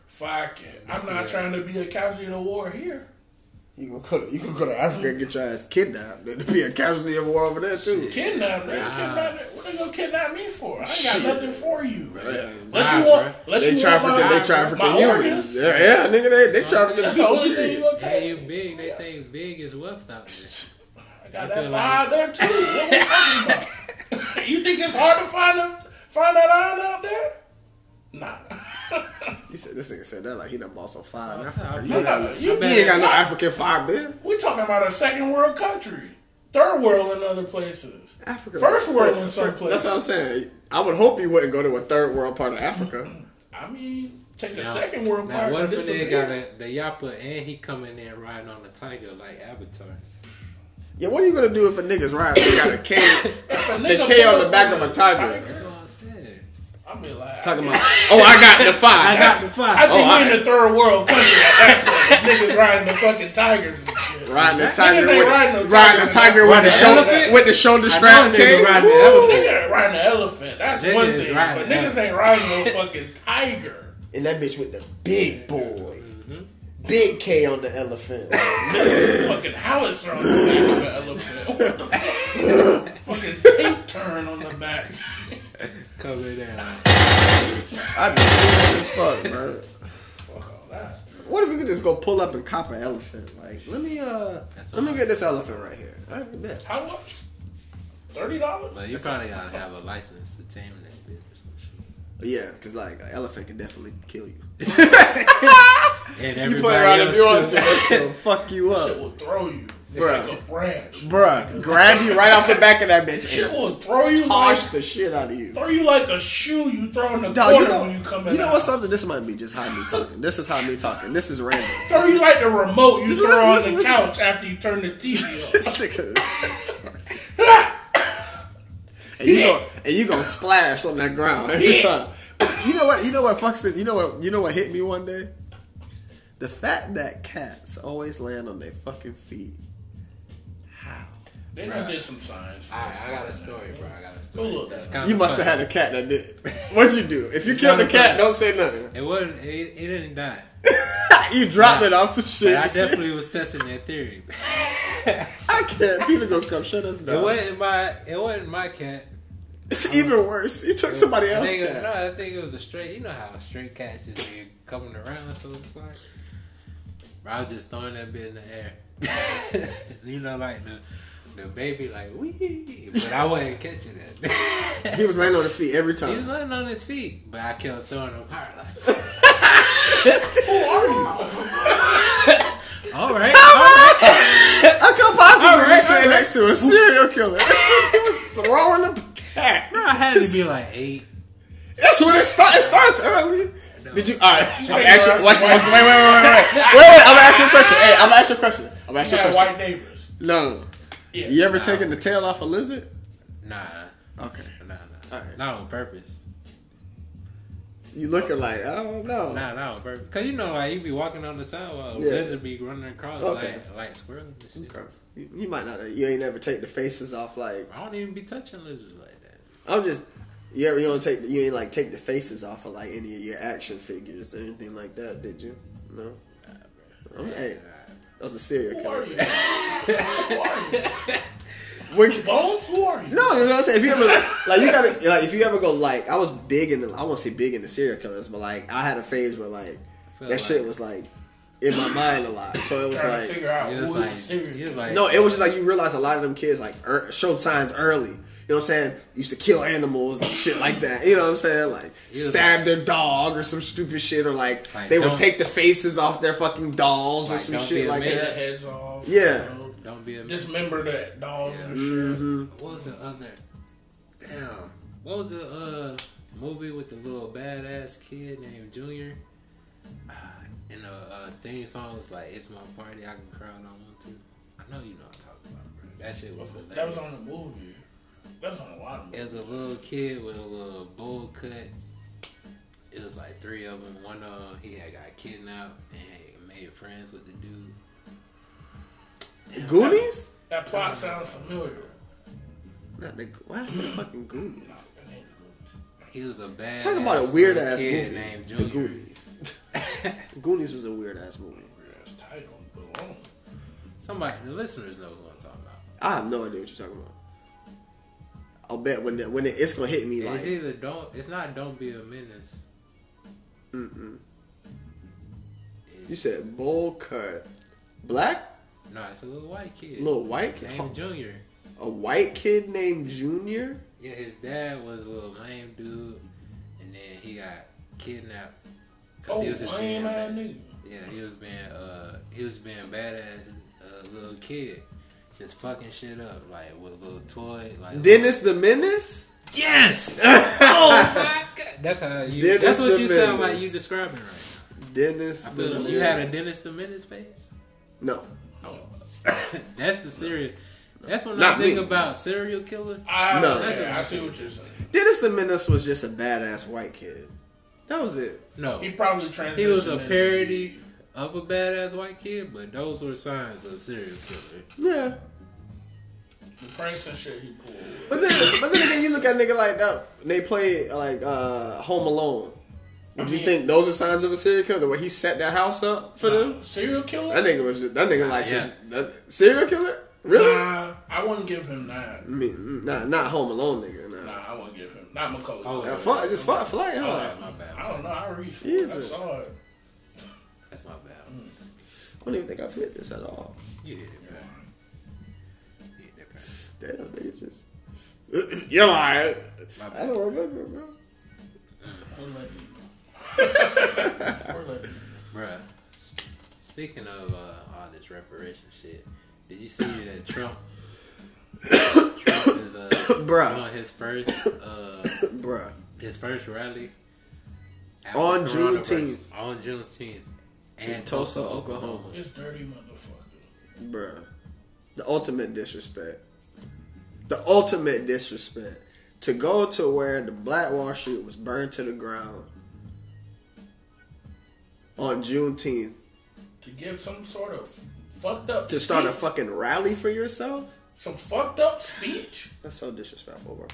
Speaker 3: Fuck it. I'm not
Speaker 2: Yeah.
Speaker 3: trying to be a casualty of the war here.
Speaker 4: You gonna go to, you gonna go to Africa and get your ass kidnapped and be a casualty of war over there too.
Speaker 3: Kidnap me?
Speaker 2: Nah.
Speaker 3: Kidnap, what they gonna kidnap me for? I ain't got
Speaker 4: Shit.
Speaker 3: nothing for you.
Speaker 4: Yeah.
Speaker 3: Unless you
Speaker 2: Nah,
Speaker 3: want,
Speaker 2: bruh.
Speaker 3: unless
Speaker 4: They
Speaker 3: you
Speaker 4: trafficking,
Speaker 3: want my,
Speaker 4: they trafficking
Speaker 3: my
Speaker 4: humans.
Speaker 3: organs.
Speaker 4: Yeah, yeah, nigga, they they trafficking
Speaker 3: That's the only thing you
Speaker 4: people.
Speaker 3: gonna
Speaker 2: they
Speaker 3: take.
Speaker 2: ain't big. They think big is wealth out there.
Speaker 3: I got
Speaker 2: They
Speaker 3: that
Speaker 2: feel
Speaker 3: fire there too. What we talking about? you think it's hard to find a, find that iron out there? Nah.
Speaker 4: You said this nigga said that like he done bought some fire in
Speaker 2: I'm
Speaker 4: Africa.
Speaker 2: sorry.
Speaker 4: You ain't got no,
Speaker 3: You
Speaker 4: you ain't
Speaker 3: better
Speaker 4: got no
Speaker 3: not.
Speaker 4: African fire, man.
Speaker 3: we talking about a second world country, third world in other places.
Speaker 4: Africa,
Speaker 3: First world in some
Speaker 4: That's what I'm
Speaker 3: places.
Speaker 4: saying. I would hope you wouldn't go to a third world part of Africa.
Speaker 3: I mean, take the
Speaker 2: Now-
Speaker 3: second world
Speaker 2: now,
Speaker 3: part.
Speaker 2: What
Speaker 3: and
Speaker 2: if a nigga
Speaker 3: disappear.
Speaker 2: got a, the yappa and he coming in riding on the tiger like Avatar?
Speaker 4: Yeah, what are you gonna do if a nigga's riding? You got a cane,
Speaker 3: If a
Speaker 4: the
Speaker 3: nigga
Speaker 4: K
Speaker 3: pull
Speaker 4: on the
Speaker 3: up
Speaker 4: back of
Speaker 3: on a
Speaker 4: a tiger.
Speaker 2: That's all I'm saying.
Speaker 3: I mean, like
Speaker 4: talking about. Oh, I got the fire.
Speaker 2: I got the fire.
Speaker 3: I think
Speaker 4: Oh,
Speaker 3: we're in
Speaker 4: alright.
Speaker 3: the third world country. at that point. niggas riding the fucking tigers and shit.
Speaker 4: Riding the
Speaker 2: Niggas
Speaker 4: tiger
Speaker 3: ain't
Speaker 4: with
Speaker 3: riding
Speaker 4: riding,
Speaker 3: no
Speaker 4: the
Speaker 3: tiger.
Speaker 4: tiger with the
Speaker 2: Riding an elephant?
Speaker 4: shoulder with the shoulder
Speaker 2: I
Speaker 4: strap.
Speaker 2: know a nigga
Speaker 4: cane.
Speaker 2: riding an
Speaker 4: Woo!
Speaker 2: elephant.
Speaker 3: Nigga riding an elephant. That's
Speaker 2: Nigga
Speaker 3: one
Speaker 2: is
Speaker 3: thing.
Speaker 2: riding
Speaker 3: But niggas ain't riding no fucking tiger.
Speaker 5: And that bitch with the big boy.
Speaker 4: Mm-hmm.
Speaker 5: Big K on the elephant.
Speaker 3: Fucking howitzer on the back of an elephant. What the fuck? fucking tape turn on the back.
Speaker 2: Coming down.
Speaker 4: I'd be cool as fuck, bro.
Speaker 3: Fuck all that.
Speaker 4: What if you could just go pull up and cop an elephant? Like, let me uh, let me get this elephant right here. I bet.
Speaker 3: How much? Thirty dollars?
Speaker 2: But you probably gotta have a license to tame that bitch or some shit.
Speaker 4: Yeah, cause like an elephant can definitely kill you.
Speaker 2: And
Speaker 4: You play around if you want to,
Speaker 2: else
Speaker 4: that shit fuck you
Speaker 3: Shit
Speaker 4: up,
Speaker 3: will throw you
Speaker 4: Bruh.
Speaker 3: like a branch.
Speaker 4: Bruh, Grab you right off the back of that bitch
Speaker 3: Shit
Speaker 4: and
Speaker 3: will throw
Speaker 4: Oh,
Speaker 3: you like
Speaker 4: toss the shit out of you.
Speaker 3: throw you like a shoe you throw in the
Speaker 4: Dog,
Speaker 3: corner
Speaker 4: you know,
Speaker 3: when you come in.
Speaker 4: you know
Speaker 3: the
Speaker 4: what's
Speaker 3: house.
Speaker 4: something? This might be just how me talking. This is how me talking. This is random.
Speaker 3: Throw you like the remote you
Speaker 4: Listen,
Speaker 3: throw on
Speaker 4: listen,
Speaker 3: the
Speaker 4: listen.
Speaker 3: couch after you turn the TV
Speaker 4: This
Speaker 3: off.
Speaker 4: nigga is- and you go and you gonna splash on that ground every time. You know what? You know what fucks it. You know what? You know what hit me one day. The fact that cats always land on their fucking feet. How?
Speaker 3: They done did some science.
Speaker 2: Alright, I got a story, bro. I got a
Speaker 3: Go
Speaker 2: story.
Speaker 3: look
Speaker 2: That's
Speaker 3: that
Speaker 2: kind
Speaker 4: You must have had a cat that did. What'd you do? If you killed a cat, don't say nothing.
Speaker 2: It wasn't. It, it didn't die.
Speaker 4: You dropped it off some shit.
Speaker 2: But I definitely was testing that theory.
Speaker 4: I can't. People gonna come shut us
Speaker 2: It
Speaker 4: down.
Speaker 2: wasn't my. It wasn't my cat.
Speaker 4: It's even worse. You took somebody
Speaker 2: I
Speaker 4: else's
Speaker 2: think it-
Speaker 4: cat.
Speaker 2: No, I think it was a straight. You know how straight cats just be coming around, so it's like. Bro, I was just throwing that bit in the air. you know, like the the baby, like wee, but I wasn't catching it.
Speaker 4: He was landing on his feet every
Speaker 2: he was
Speaker 4: time.
Speaker 2: laying on his feet, but I kept throwing him hard. Like,
Speaker 3: Who are you?
Speaker 2: all right, all right.
Speaker 4: I could possibly
Speaker 2: All right,
Speaker 4: be sitting
Speaker 2: all right.
Speaker 4: next to a serial killer. he was throwing the cat.
Speaker 2: Bro, I had to be like eight.
Speaker 4: That's when it starts. It starts early. Did you? All right. I'm
Speaker 3: think
Speaker 4: asking.
Speaker 3: you're
Speaker 4: Watch, watch,
Speaker 3: asking
Speaker 4: wait, wait, wait, wait, wait, wait, wait. I'm asking a question. Hey, I'm asking a question. I'm
Speaker 3: You
Speaker 4: asking a
Speaker 3: got
Speaker 4: question.
Speaker 3: white neighbors.
Speaker 4: No, no.
Speaker 3: Yeah.
Speaker 4: You ever taken the tail off a lizard?
Speaker 2: Nah,
Speaker 4: Okay.
Speaker 2: nah, nah.
Speaker 4: All right.
Speaker 2: Not on purpose.
Speaker 4: You looking like I don't know.
Speaker 2: Nah, not on purpose. Cause you know, like you be walking on the sidewalk,
Speaker 4: Yeah.
Speaker 2: lizard be running across
Speaker 4: Okay.
Speaker 2: like like squirrels and shit.
Speaker 4: Okay. You, you might not. You ain't ever take the faces off. Like
Speaker 2: I don't even be touching lizards like that.
Speaker 4: I'm just. You ever you don't take you ain't like take the faces off of like any of your action figures or anything like that, did you? No. I'm, hey, that was a serial
Speaker 3: Who are
Speaker 4: killer.
Speaker 3: you? Who are you?
Speaker 4: When-
Speaker 3: Bones? Who are you?
Speaker 4: No, you know what I'm saying. If you ever like, you gotta like, if you ever go like, I was big in the, I won't say big in the serial killers, but like, I had a phase where like that
Speaker 2: Felt
Speaker 4: shit
Speaker 2: like-
Speaker 4: was like in my mind a lot. So it was
Speaker 3: Trying to
Speaker 4: like,
Speaker 3: figure out
Speaker 2: He
Speaker 3: who
Speaker 2: was
Speaker 3: is a
Speaker 2: like,
Speaker 3: serial
Speaker 2: he was
Speaker 3: killer.
Speaker 2: like,
Speaker 4: no, it was just like you realize a lot of them kids like er, showed signs early. You know what I'm saying? Used to kill animals and shit like that. You know what I'm saying? Like
Speaker 2: was
Speaker 4: stab their dog or some stupid shit, or like,
Speaker 2: Like,
Speaker 4: they would
Speaker 2: don't-
Speaker 4: take the faces off their fucking dolls or
Speaker 2: Like,
Speaker 4: some
Speaker 2: don't
Speaker 4: shit
Speaker 2: be a
Speaker 4: like
Speaker 2: man.
Speaker 3: Take the
Speaker 4: that.
Speaker 3: heads off.
Speaker 4: Yeah.
Speaker 3: you know,
Speaker 2: don't be a man.
Speaker 3: Dismember that dogs and shit.
Speaker 4: hmm
Speaker 2: What was the other? Damn. What was the uh movie with the little badass kid named Junior. And the uh, theme song was like, "It's my party, I can cry when I want to." I know you know what I'm talking about, bro. That shit was hilarious.
Speaker 3: That was on the movie. That was on a lot of movies.
Speaker 2: As a little kid with a little bowl cut, it was like three of them. One of 'em, he had got kidnapped and made friends with the dude.
Speaker 4: Goonies?
Speaker 3: That plot sounds familiar.
Speaker 4: Not the, why I say fucking Goonies?
Speaker 2: He was a bad.
Speaker 4: Talk about a weird
Speaker 2: little
Speaker 4: ass
Speaker 2: kid
Speaker 4: movie.
Speaker 2: named
Speaker 4: The
Speaker 2: Junior.
Speaker 4: Goonies. Goonies was a weird ass movie.
Speaker 3: That's title. Belong.
Speaker 2: Somebody, the listeners know who I'm talking about.
Speaker 4: I have no idea what you're talking about. I'll bet when the, when it, it's gonna hit me
Speaker 2: It's
Speaker 4: like
Speaker 2: either don't. It's not don't be a menace.
Speaker 4: you said, bowl cut, black,
Speaker 2: No, it's a little white kid.
Speaker 4: little white kid,
Speaker 2: Named Junior.
Speaker 4: a white kid named Junior.
Speaker 2: Yeah, his dad was a little lame dude, and then he got kidnapped. 'cause
Speaker 3: Oh,
Speaker 2: he was just being
Speaker 3: lame ass
Speaker 2: bad-
Speaker 3: nigga.
Speaker 2: Yeah, he was being uh he was being badass uh, little kid, just fucking shit up like with a little toy like.
Speaker 4: Dennis the Menace.
Speaker 2: Yes. oh my god. That's how you.
Speaker 4: Dennis
Speaker 2: that's what
Speaker 4: the
Speaker 2: you sound
Speaker 4: Menace.
Speaker 2: like you describing right.
Speaker 4: Dennis
Speaker 2: now. I
Speaker 4: the
Speaker 2: feel
Speaker 4: Menace.
Speaker 2: you had a Dennis the Menace face.
Speaker 4: no.
Speaker 2: that's the serious. That's when
Speaker 4: Not
Speaker 2: I think
Speaker 4: me.
Speaker 2: about serial killer.
Speaker 3: I,
Speaker 4: No.
Speaker 3: okay, I
Speaker 2: That's
Speaker 3: see what you're saying.
Speaker 4: Dennis the Menace was just a badass white kid. That was it.
Speaker 2: No,
Speaker 3: He probably transitioned.
Speaker 2: Oh. he was a
Speaker 3: into-
Speaker 2: parody of a badass white kid, but those were signs of serial killer.
Speaker 4: Yeah.
Speaker 3: The pranks and shit he pulled.
Speaker 4: But then, but then again, you look at nigga like that. and They play like uh, Home Alone. Would you
Speaker 3: mean-
Speaker 4: think those are signs of a serial killer? Where he set that house up for them?
Speaker 3: Serial killer?
Speaker 4: That nigga was just, that nigga like
Speaker 2: Yeah.
Speaker 4: that, serial killer. Really?
Speaker 3: Nah, I wouldn't give him that.
Speaker 4: I mean, nah, not Home Alone, nigga. Nah.
Speaker 3: Nah, I wouldn't give him. Not Macaulay.
Speaker 2: Oh,
Speaker 4: Yeah,
Speaker 2: yeah.
Speaker 4: fuck, just fuck, fly,
Speaker 2: Oh,
Speaker 4: huh?
Speaker 2: that's my bad.
Speaker 3: I don't know. I read.
Speaker 4: Jesus.
Speaker 3: I saw it.
Speaker 2: That's my bad.
Speaker 4: Mm. I don't even think I've hit this at all.
Speaker 2: You did it, man. You did it, man.
Speaker 4: Damn, nigga, just you're lying.
Speaker 2: My
Speaker 4: I
Speaker 2: bad.
Speaker 4: don't remember, bro.
Speaker 3: We're letting you know. We're letting you
Speaker 2: Bruh. Speaking of uh, all this reparation shit, did you see that Trump? Trump is uh,
Speaker 4: Bruh.
Speaker 2: on his first uh,
Speaker 4: Bruh,
Speaker 2: his first rally after
Speaker 4: On
Speaker 2: coronavirus.
Speaker 4: Juneteenth.
Speaker 2: On Juneteenth,
Speaker 4: in Tulsa, Oklahoma,
Speaker 3: know. This dirty motherfucker.
Speaker 4: bruh. The ultimate disrespect. The ultimate disrespect to go to where the Black Wall Street was burned to the ground on Juneteenth
Speaker 3: To give some sort of fucked up.
Speaker 4: to start a
Speaker 3: speech-
Speaker 4: fucking rally for yourself.
Speaker 3: some fucked up speech.
Speaker 4: That's so disrespectful, bro.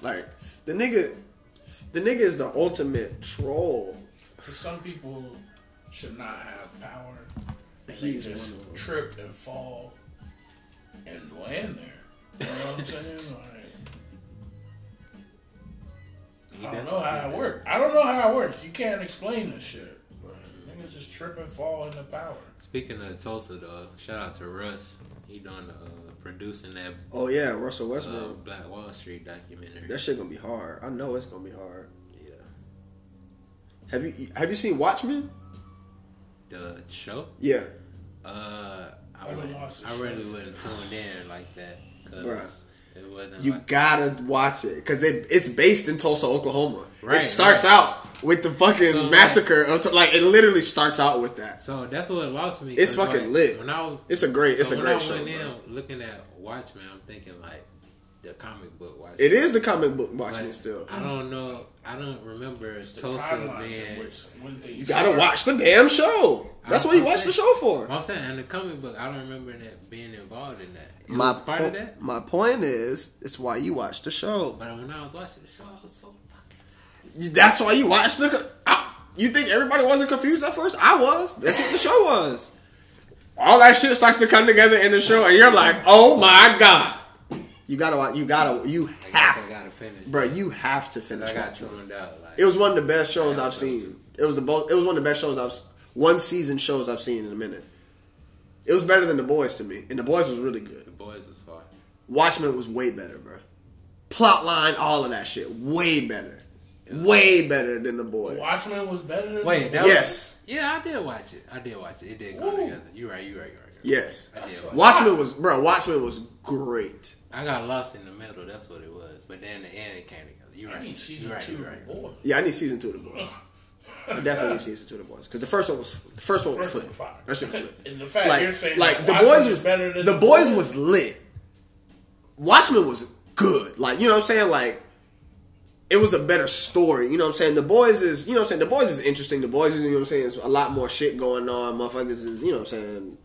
Speaker 4: Like the nigga, the nigga is the ultimate troll.
Speaker 3: Because some people should not have power. And
Speaker 4: He's
Speaker 3: they just
Speaker 4: one of them.
Speaker 3: trip and fall and land there. You know what I'm saying? Like, I don't know how it works. I don't know how it works. You can't explain this shit. But niggas just trip and fall into power.
Speaker 2: Speaking of Tulsa, dog, shout out to Russ. He done uh, producing that
Speaker 4: Oh yeah, Russell
Speaker 2: uh,
Speaker 4: Westbrook.
Speaker 2: Black Wall Street documentary.
Speaker 4: That shit gonna be hard. I know it's gonna be hard.
Speaker 2: yeah,
Speaker 4: Have you have you seen Watchmen?
Speaker 2: the show.
Speaker 4: Yeah,
Speaker 2: Uh, I
Speaker 3: I
Speaker 2: wouldn't.
Speaker 3: lost the
Speaker 2: I
Speaker 3: show.
Speaker 2: really wouldn't tune in like that
Speaker 4: Bruh.
Speaker 2: because it wasn't.
Speaker 4: you
Speaker 2: like,
Speaker 4: gotta watch it because it, it's based in Tulsa, Oklahoma.
Speaker 2: Right,
Speaker 4: it starts
Speaker 2: right.
Speaker 4: out with the fucking
Speaker 2: So, like-
Speaker 4: massacre. Of, Tu- like it literally starts out with that.
Speaker 2: so that's what lost me.
Speaker 4: It's
Speaker 2: 'cause,
Speaker 4: fucking
Speaker 2: like,
Speaker 4: lit.
Speaker 2: When I was,
Speaker 4: It's a great. It's
Speaker 2: so
Speaker 4: a
Speaker 2: when
Speaker 4: great
Speaker 2: I
Speaker 4: show.
Speaker 2: went
Speaker 4: bro.
Speaker 2: in looking at Watchmen, I'm thinking like the comic book Watchmen.
Speaker 4: It is the comic book
Speaker 2: But
Speaker 4: Watchmen still.
Speaker 2: I don't know. I don't remember
Speaker 3: The
Speaker 2: Tulsa
Speaker 3: timelines in
Speaker 2: being.
Speaker 3: which when things
Speaker 4: You gotta watch the damn show. That's what you watch the show for.
Speaker 2: I'm saying in the comic book, I don't remember that being involved in that. It
Speaker 4: My
Speaker 2: was part
Speaker 4: po-
Speaker 2: of that.
Speaker 4: my point is, it's why you watch the show.
Speaker 2: But when I was watching the show, I was so fucking.
Speaker 4: You- That's why you watch the. co- I, you think everybody wasn't confused at first? I was. That's what the show was. All that shit starts to come together in the show, and you're like, "Oh my god!" You gotta watch. You gotta. You
Speaker 2: I guess I
Speaker 4: have,
Speaker 2: gotta finish.
Speaker 4: bro. You have to
Speaker 2: I
Speaker 4: finish.
Speaker 2: got
Speaker 4: watching.
Speaker 2: tuned out. Like
Speaker 4: It was one of the best shows I've seen. It was the bo- It was one of the best shows I've s- one season shows I've seen in a minute. It was better than the boys to me, and the boys was really good.
Speaker 2: the boys was far.
Speaker 4: Watchmen was way better, bro. Plot line, all of that shit, way better, way better than the boys.
Speaker 3: Watchmen was better than
Speaker 2: Wait, that
Speaker 4: Yes,
Speaker 2: was yeah. I did watch it. I did watch it. It did go
Speaker 3: Ooh.
Speaker 2: together. You right. You right. You right. You right.
Speaker 4: yes.
Speaker 2: I did.
Speaker 3: That's
Speaker 2: Watch it.
Speaker 3: like-
Speaker 4: Watchmen was, bro. Watchmen was great.
Speaker 2: I got lost in the middle. That's what it was. But then the end, it came together. You're
Speaker 3: I
Speaker 2: right.
Speaker 3: need season
Speaker 2: You're right.
Speaker 3: two.
Speaker 2: You're right.
Speaker 3: Boy,
Speaker 4: Yeah, I need season two of the boys. I definitely need season two of the boys because the first one was the first one was
Speaker 3: First
Speaker 4: lit.
Speaker 3: one fire.
Speaker 4: That shit was lit.
Speaker 3: And the fact you're
Speaker 4: like
Speaker 3: saying
Speaker 4: like
Speaker 3: that
Speaker 4: the
Speaker 3: Watchmen
Speaker 4: boys
Speaker 3: is
Speaker 4: was
Speaker 3: better than
Speaker 4: the
Speaker 3: The
Speaker 4: boys
Speaker 3: Boys.
Speaker 4: was lit. Watchmen was good. Like you know what I'm saying. Like it was a better story. You know what I'm saying. The boys is you know what I'm saying. The boys is interesting. The boys is you know what I'm saying. It's a lot more shit going on. Motherfuckers is you know what I'm saying.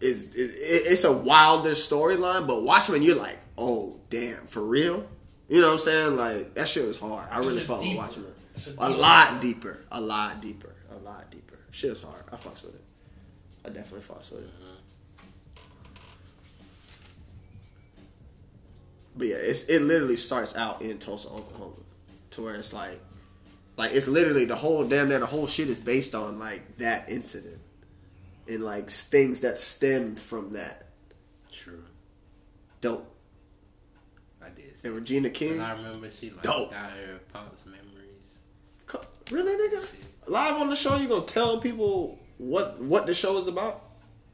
Speaker 4: Is it, it, it's a wilder storyline, but Watchmen, you're like, oh damn, for real. You know what I'm saying? Like that shit was hard. I really
Speaker 3: just
Speaker 4: fuck with
Speaker 3: deeper.
Speaker 4: Watchmen.
Speaker 3: It's a
Speaker 4: A,
Speaker 3: deeper-
Speaker 4: lot deeper. A lot deeper. A lot deeper. Shit is hard. I fucks with it. I definitely fucks with it. But yeah, it's it literally starts out in Tulsa, Oklahoma, to where it's like, like it's literally the whole damn near the whole shit is based on like that incident, and like things that stemmed from that.
Speaker 2: True.
Speaker 4: Dope.
Speaker 2: I did. see
Speaker 4: And Regina
Speaker 2: And
Speaker 4: King,
Speaker 2: I remember she like
Speaker 4: Dope.
Speaker 2: got her pops memories.
Speaker 4: Co- really nigga, live on the show you gonna tell people what what the show is about?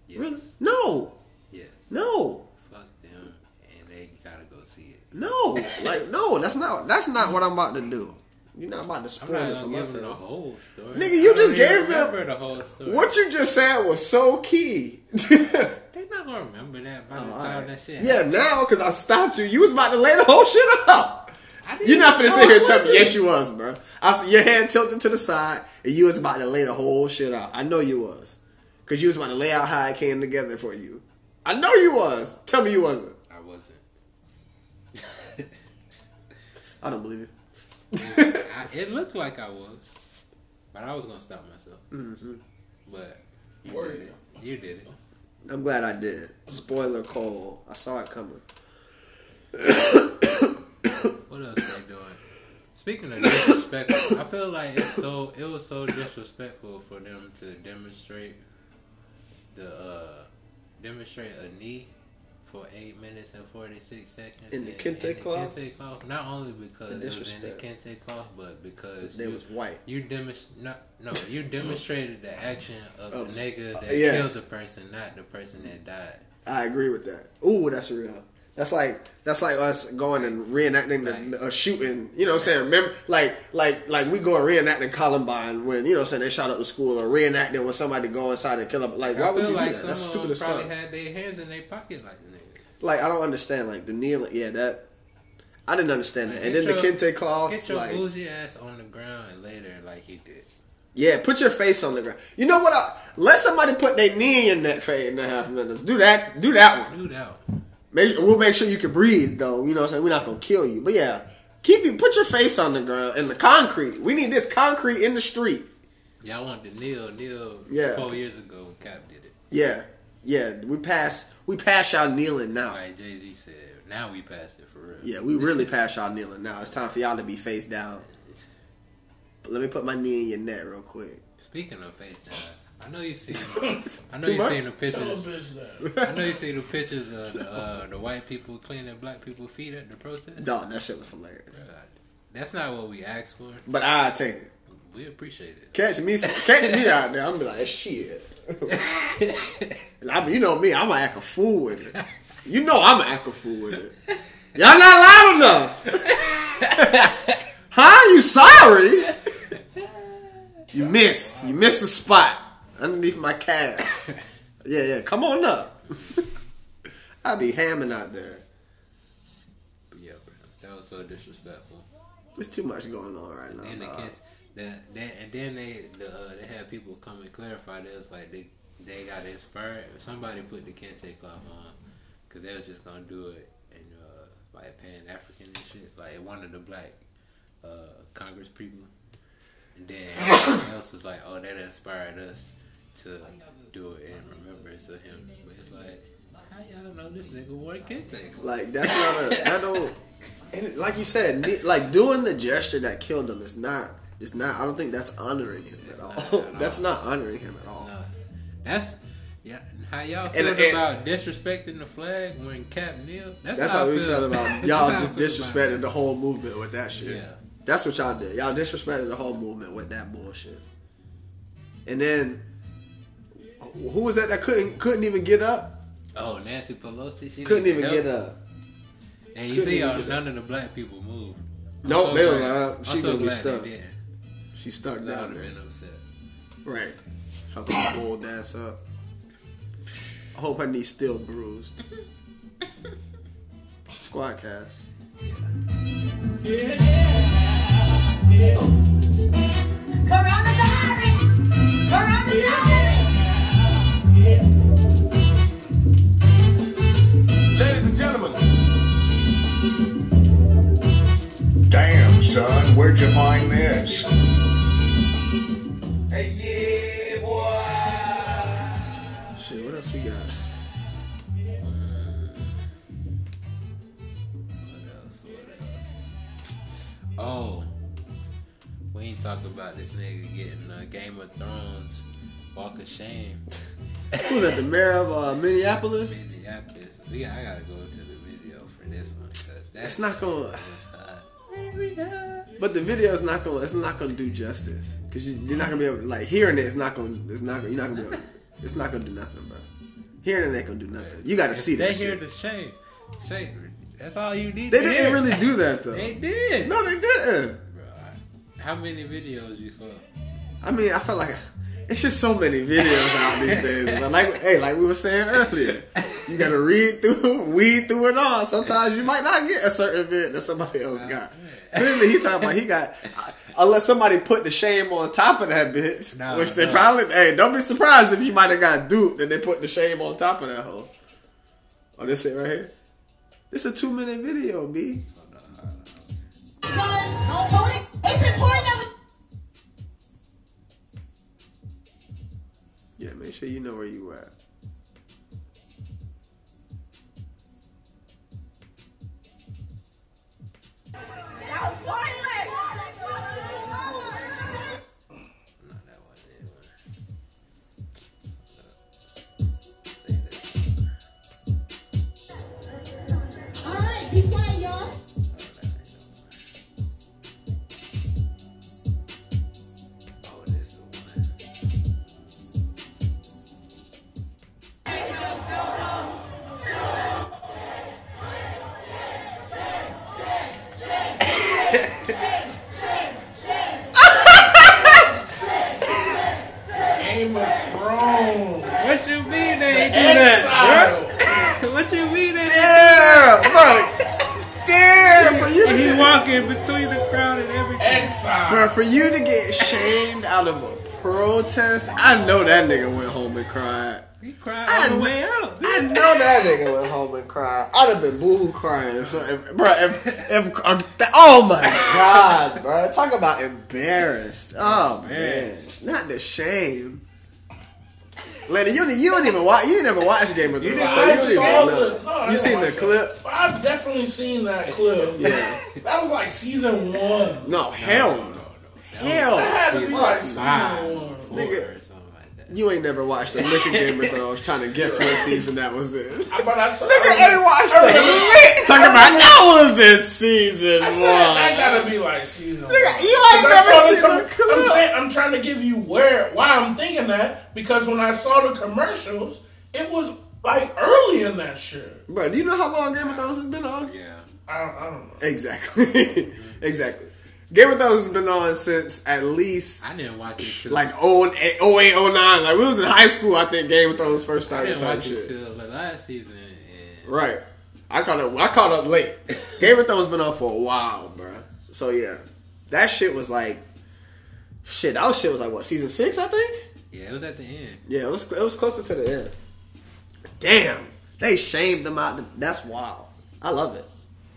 Speaker 2: Yes.
Speaker 4: Really? No,
Speaker 2: Yes.
Speaker 4: no,
Speaker 2: Fuck them, and they gotta go see it.
Speaker 4: no. like no, that's not that's not what I'm about to do. You're not about to
Speaker 2: I'm
Speaker 4: spoil
Speaker 2: not
Speaker 4: it for
Speaker 2: gonna
Speaker 4: my
Speaker 2: give them
Speaker 4: friends.
Speaker 2: the whole story.
Speaker 4: Nigga, you
Speaker 2: I don't
Speaker 4: just
Speaker 2: even
Speaker 4: gave them-
Speaker 2: remember the whole story.
Speaker 4: What you just said was so key.
Speaker 2: They're not gonna remember that by the
Speaker 4: Oh,
Speaker 2: time
Speaker 4: alright.
Speaker 2: that shit.
Speaker 4: Yeah, now because I stopped you. You was about to lay the whole shit out.
Speaker 2: I didn't
Speaker 4: You're not
Speaker 2: even
Speaker 4: finna
Speaker 2: know
Speaker 4: sit here
Speaker 2: I
Speaker 4: and tell me.
Speaker 2: wasn't.
Speaker 4: Yes, you was, bro. I s your head tilted to the side, and you was about to lay the whole shit out. I know you was, cause you was about to lay out how it came together for you. I know you was. Tell me you wasn't.
Speaker 2: I wasn't.
Speaker 4: I don't believe you.
Speaker 2: I, it looked like I was, but I was gonna stop myself.
Speaker 4: Mm-hmm.
Speaker 2: But you
Speaker 3: Word.
Speaker 2: did it. You did it.
Speaker 4: I'm glad I did. Spoiler cold. I saw it coming.
Speaker 2: What else they doing? Speaking of disrespectful, I feel like it's so it was so disrespectful for them to demonstrate the uh demonstrate a knee for eight minutes and forty six seconds
Speaker 4: In the
Speaker 2: and-
Speaker 4: kente
Speaker 2: and the
Speaker 4: cloth?
Speaker 2: kente cloth. Not only because
Speaker 4: The
Speaker 2: it was in the
Speaker 4: disrespect.
Speaker 2: kente cloth, but because
Speaker 4: They
Speaker 2: you-
Speaker 4: was white.
Speaker 2: You demonst- not, no, you demonstrated the action of the
Speaker 4: Of s- uh,
Speaker 2: nigga that
Speaker 4: yes.
Speaker 2: killed the person, not the person that died.
Speaker 4: I agree with that. Ooh, that's real. That's like that's like us going and reenacting the, a shooting. You know what I'm saying? Remember, like like like we go and reenacting Columbine when you know what I'm saying they shot up the school or reenacting when somebody go inside and kill up. Like why
Speaker 2: I
Speaker 4: would
Speaker 2: feel
Speaker 4: you
Speaker 2: like
Speaker 4: do that?
Speaker 2: some
Speaker 4: That's
Speaker 2: of
Speaker 4: stupid
Speaker 2: them
Speaker 4: as fuck.
Speaker 2: probably had their hands in their pocket like the nigga.
Speaker 4: like I don't understand. Like the kneeling, yeah, that I didn't understand that. And then
Speaker 2: Get
Speaker 4: the
Speaker 2: your-
Speaker 4: kente
Speaker 2: Get
Speaker 4: cloth,
Speaker 2: your
Speaker 4: like
Speaker 2: bougie ass on the ground later, like he did.
Speaker 4: yeah, put your face on the ground. You know what? I, let somebody put their knee in that for eight and a half minutes. Do that. Do that one.
Speaker 2: Dude out.
Speaker 4: Make, we'll make sure you can breathe, though. You know what I'm saying? We're not going to kill you. But yeah, keep you, put your face on the ground in the concrete. We need this concrete in the street.
Speaker 2: Y'all wanted to kneel, kneel
Speaker 4: Yeah.
Speaker 2: four years ago when Cap did it.
Speaker 4: Yeah, yeah. We pass, we pass y'all kneeling now.
Speaker 2: Like Jay Z said, now we pass it for real.
Speaker 4: Yeah, we really pass y'all kneeling now. It's time for y'all to be face down. But let me put my knee in your neck real quick.
Speaker 2: Speaking of FaceTime, I know you seen I know
Speaker 4: Too
Speaker 2: you
Speaker 4: much?
Speaker 2: seen the
Speaker 3: tell a
Speaker 2: pictures
Speaker 3: bitch that.
Speaker 2: I know you seen the pictures of the uh, the white people cleaning black people feet at the protest.
Speaker 4: Dog, that shit was hilarious.
Speaker 2: That's not what we asked for.
Speaker 4: But I take it.
Speaker 2: We appreciate it.
Speaker 4: Catch me, catch me out there. I'm be like shit. And I mean, you know me. I'm gonna act a fool with it. You know I'm gonna act a fool with it. Y'all not loud enough. huh? You sorry? You missed. You missed the spot underneath my calf. Yeah, yeah. Come on up. I be hamming out there.
Speaker 2: But yeah, bro. That was so disrespectful.
Speaker 4: There's too much going on right now.
Speaker 2: And the
Speaker 4: dog.
Speaker 2: kids, that that and then they the, uh, they had people come and clarify that it's like they they got inspired. Somebody put the kente cloth on because they was just gonna do it in uh, like Pan African and shit. Like one of the black uh, Congress people. And then everyone else was like, oh, that inspired us to do it in remembrance of him. But it's like, how y'all know this nigga wore a kente cloth?
Speaker 4: Like that's not a that don't. And like you said, me- like doing the gesture that killed him is not. It's not. I don't think that's honoring him at all.
Speaker 2: not at all.
Speaker 4: that's not honoring him at all.
Speaker 2: No, Uh, that's yeah. How y'all feel
Speaker 4: And- and-
Speaker 2: about disrespecting the flag when Cap kneel?
Speaker 4: That's how,
Speaker 2: I
Speaker 4: we
Speaker 2: feel.
Speaker 4: felt about
Speaker 2: That's
Speaker 4: y'all
Speaker 2: how I
Speaker 4: just
Speaker 2: feel about
Speaker 4: disrespected the whole movement with that shit.
Speaker 2: Yeah.
Speaker 4: That's what y'all did. Y'all disrespected the whole movement with that bullshit. And then who was that that couldn't couldn't even get up?
Speaker 2: it. Oh, Nancy Pelosi. She
Speaker 4: Couldn't
Speaker 2: needed
Speaker 4: even
Speaker 2: help.
Speaker 4: get up.
Speaker 2: And you see, how none of the black people moved.
Speaker 4: Nope,
Speaker 2: So
Speaker 4: they was
Speaker 2: glad-
Speaker 4: like,
Speaker 2: I'm
Speaker 4: uh, she
Speaker 2: so
Speaker 4: gonna be
Speaker 2: glad they
Speaker 4: stuck.
Speaker 2: didn't.
Speaker 4: She stuck
Speaker 2: I
Speaker 4: down
Speaker 2: would have
Speaker 4: there.
Speaker 2: been upset.
Speaker 4: Right. How about old ass up? I hope her knee's still bruised. Squad cast.
Speaker 6: Coronavirus! Coronavirus!
Speaker 7: Ladies and gentlemen. Damn, son, where'd you find this? Hey, yeah, boy.
Speaker 4: Shit, what else we got?
Speaker 2: What else? What else? Oh, we ain't talking about this nigga getting uh, Game of Thrones Walk of Shame.
Speaker 4: Who's that? The mayor of uh, Minneapolis?
Speaker 2: Minneapolis. We, I gotta go to the video for this one because that's
Speaker 4: It's not gonna.
Speaker 2: it's hot.
Speaker 4: But the video's not gonna. It's not gonna do justice because you, you're not gonna be able. to, Like hearing it, it's not gonna. It's not. You're not gonna be able. It's not gonna do nothing, bro. Hearing it ain't gonna do nothing. You got to see
Speaker 2: They
Speaker 4: that.
Speaker 2: hear
Speaker 4: Shit.
Speaker 2: the shame. Shame. That's all you need.
Speaker 4: They
Speaker 2: to
Speaker 4: didn't
Speaker 2: hear.
Speaker 4: really do that though.
Speaker 2: They did.
Speaker 4: No, they didn't.
Speaker 2: Bro, I- how many videos you saw?
Speaker 4: I mean, I feel like it's just so many videos out these days. But like, hey, like we were saying earlier, you gotta read through, weed through it all. Sometimes you might not get a certain vid that somebody else got. Clearly, he talking about he got. Unless somebody put the shame on top of that bitch,
Speaker 2: Nah,
Speaker 4: which they
Speaker 2: nah.
Speaker 4: probably. Hey, don't be surprised if you might have got duped and they put the shame on top of that hoe. Oh, this it right here. This a two minute video, b.
Speaker 6: Guns, Tony, it's important that we
Speaker 4: Yeah, make sure you know where you at.
Speaker 6: That was violent!
Speaker 2: Not that one. that one. Uh, they- they-
Speaker 6: Alright, be quiet, y'all.
Speaker 2: Oh, this the one.
Speaker 3: Game of Thrones.
Speaker 2: What you mean they ain't do that,
Speaker 3: Exile.
Speaker 2: bro? What you mean they
Speaker 4: Yeah, bro. Damn, for you to
Speaker 2: And
Speaker 4: get-
Speaker 2: he walking between the crowd and everything.
Speaker 4: Bro,
Speaker 3: Exile.
Speaker 4: for you to get shamed out of a protest, I know that nigga went home and cried.
Speaker 2: He cried
Speaker 4: I
Speaker 2: on
Speaker 4: kn-
Speaker 2: the way out.
Speaker 4: I know that nigga went home and cried. I'd have been boohoo crying. So, if, bro, if, if uh, th- oh my god, bro, talk about embarrassed. Oh man,
Speaker 2: Embarrassed.
Speaker 4: not the shame. Lenny, you didn't, you didn't even watch. You never watched Game of Thrones.
Speaker 2: didn't-
Speaker 4: so you
Speaker 3: I
Speaker 4: didn't even
Speaker 3: saw
Speaker 4: know.
Speaker 3: the- no, I
Speaker 4: you
Speaker 3: didn't
Speaker 4: seen the
Speaker 3: watch
Speaker 4: clip?
Speaker 3: I've definitely seen that clip.
Speaker 4: Yeah.
Speaker 3: That was like season one.
Speaker 4: No, hell no, hell.
Speaker 3: That had to be like
Speaker 4: fuck
Speaker 3: season
Speaker 2: Five or
Speaker 3: one.
Speaker 2: four
Speaker 4: Nigga.
Speaker 2: or something like that.
Speaker 4: You ain't never watched a lick of Game of Thrones trying to guess what season that was in.
Speaker 3: I, but I saw,
Speaker 4: Nigga ain't watched the
Speaker 3: remember-
Speaker 4: lick. Talking about that was in season
Speaker 3: I
Speaker 4: one.
Speaker 3: said that gotta be like season one.
Speaker 4: Nigga, you ain't
Speaker 3: But
Speaker 4: never
Speaker 3: I saw the
Speaker 4: seen
Speaker 3: com-
Speaker 4: a clip.
Speaker 3: I'm saying I'm trying to give you where why I'm thinking that because when I saw the commercials, it was like early in that shit.
Speaker 4: Bro, do you know how long Game of Thrones has been on?
Speaker 2: Yeah.
Speaker 3: I don't, I don't know.
Speaker 4: Exactly. exactly. Game of Thrones has been on since at least
Speaker 2: I didn't watch it till
Speaker 4: like oh, 08, 09. Like, we was in high school, I think Game of Thrones first
Speaker 2: I
Speaker 4: started
Speaker 2: didn't
Speaker 4: type
Speaker 2: watch it
Speaker 4: shit.
Speaker 2: till the last season. And
Speaker 4: Right. I caught up. I caught up late. Game of Thrones been on for a while, bruh. So yeah, that shit was like, shit. That shit was like what season six, I think.
Speaker 2: yeah, it was at the end.
Speaker 4: Yeah, it was. It was closer to the end. Damn, they shamed them out. That's wild. I love it.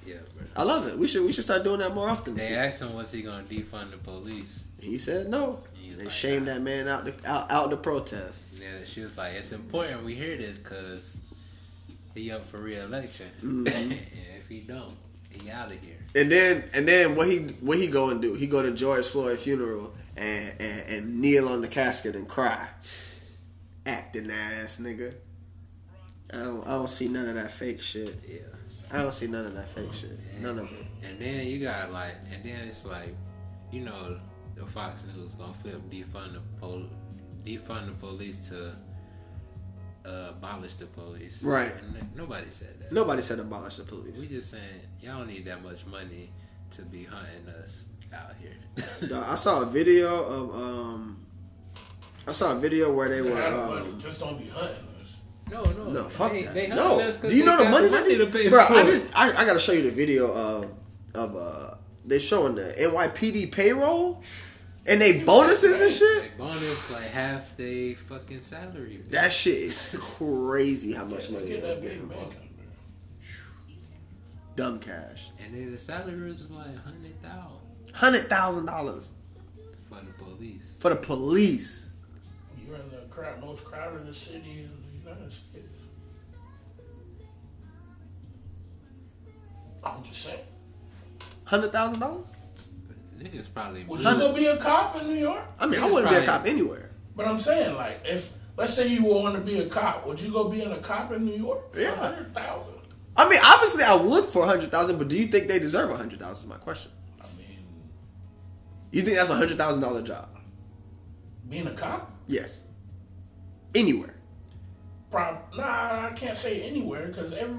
Speaker 2: Yeah, bro.
Speaker 4: I love it. We should. We should start doing that more often.
Speaker 2: They asked him, "Was he gonna defund the police?"
Speaker 4: He said no.
Speaker 2: He's
Speaker 4: They
Speaker 2: like,
Speaker 4: shamed that man out the out, out the protest.
Speaker 2: And then she was like, "It's important we hear this because he up for re-election.
Speaker 4: Mm-hmm.
Speaker 2: and if he don't, he out of here."
Speaker 4: And then and then what he what he go and do? He go to George Floyd funeral and and, and kneel on the casket and cry, acting ass nigga. I don't, I don't see none of that fake shit.
Speaker 2: Yeah.
Speaker 4: I don't see none of that fake shit. None of it.
Speaker 2: And then you got like, and then it's like, you know, the Fox News gonna flip defund the pol- defund the police to uh, abolish the police.
Speaker 4: Right.
Speaker 2: And nobody said that.
Speaker 4: Nobody said abolish the police.
Speaker 2: We just saying y'all don't need that much money to be hunting us out here.
Speaker 4: Dog, I saw a video of um, I saw a video where they
Speaker 3: They
Speaker 4: were.
Speaker 3: got money,
Speaker 4: Um,
Speaker 3: just don't be hunting us.
Speaker 2: no, no,
Speaker 4: no, fuck
Speaker 2: they,
Speaker 4: that.
Speaker 2: They hunting
Speaker 4: no,
Speaker 2: us 'cause
Speaker 4: do you
Speaker 2: they
Speaker 4: know the
Speaker 2: got
Speaker 4: money that
Speaker 2: to pay
Speaker 4: Bro,
Speaker 2: for
Speaker 4: I
Speaker 2: it.
Speaker 4: just I, I gotta show you the video of of uh, they showing the NYPD payroll and they bonuses and
Speaker 2: They
Speaker 4: shit.
Speaker 2: bonus like half they fucking salary.
Speaker 4: That shit is crazy. How much money
Speaker 3: Get
Speaker 4: they was
Speaker 3: that
Speaker 4: getting?
Speaker 3: big
Speaker 4: bro.
Speaker 3: bank.
Speaker 4: Dumb cash,
Speaker 2: and then the salary is like hundred thousand
Speaker 4: hundred thousand dollars
Speaker 2: for the police.
Speaker 4: for the police.
Speaker 3: You're in the crowd, most crowded city in the United States. I'm just saying.
Speaker 4: Hundred thousand dollars?
Speaker 2: Niggas probably
Speaker 3: Would you
Speaker 2: blew-
Speaker 3: go be a cop in New York?
Speaker 4: I mean, I
Speaker 2: It's
Speaker 4: wouldn't be a
Speaker 2: probably-
Speaker 4: cop anywhere.
Speaker 3: But I'm saying, like, if let's say you want to be a cop, would you go being a cop in New York?
Speaker 4: Yeah.
Speaker 3: hundred thousand.
Speaker 4: I mean, obviously, I would for a hundred thousand, but do you think they deserve a hundred thousand? Is my question.
Speaker 3: I mean,
Speaker 4: You think that's a hundred thousand dollar job?
Speaker 3: being a cop,
Speaker 4: Yes. Anywhere.
Speaker 3: prob nah, I can't say anywhere because every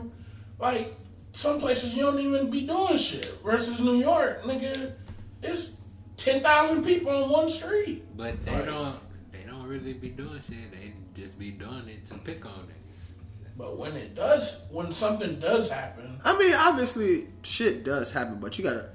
Speaker 3: like some places you don't even be doing shit. Versus New York, nigga, it's ten thousand people on one street.
Speaker 2: But they
Speaker 3: Right.
Speaker 2: don't. They don't really be doing shit. They just be doing it to pick on niggas.
Speaker 3: But when it does, when something does happen,
Speaker 4: I mean, obviously, shit does happen, but you gotta.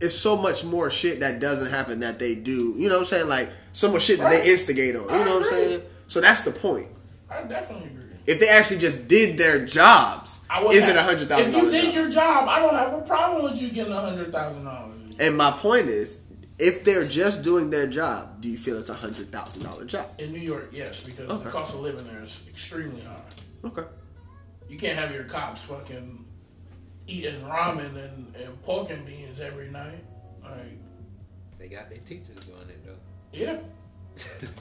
Speaker 4: It's so much more shit that doesn't happen that they do. You know what I'm saying? Like so much shit that
Speaker 3: Right.
Speaker 4: they instigate on. You know
Speaker 3: I
Speaker 4: what I'm
Speaker 3: agree.
Speaker 4: saying? So that's the point.
Speaker 3: I definitely agree.
Speaker 4: If they actually just did their jobs,
Speaker 3: I would
Speaker 4: is
Speaker 3: have-
Speaker 4: it a hundred thousand
Speaker 3: If you
Speaker 4: dollars?
Speaker 3: did your job, I don't have a problem with you getting a hundred thousand dollars.
Speaker 4: And my point is, if they're just doing their job, do you feel it's a hundred thousand dollar job?
Speaker 3: In New York, yes, because
Speaker 4: Okay.
Speaker 3: the cost of living there is extremely high.
Speaker 4: Okay.
Speaker 3: You can't have your cops fucking eating ramen and, and pork and beans every night. Like,
Speaker 2: They got their teachers doing it though.
Speaker 3: yeah.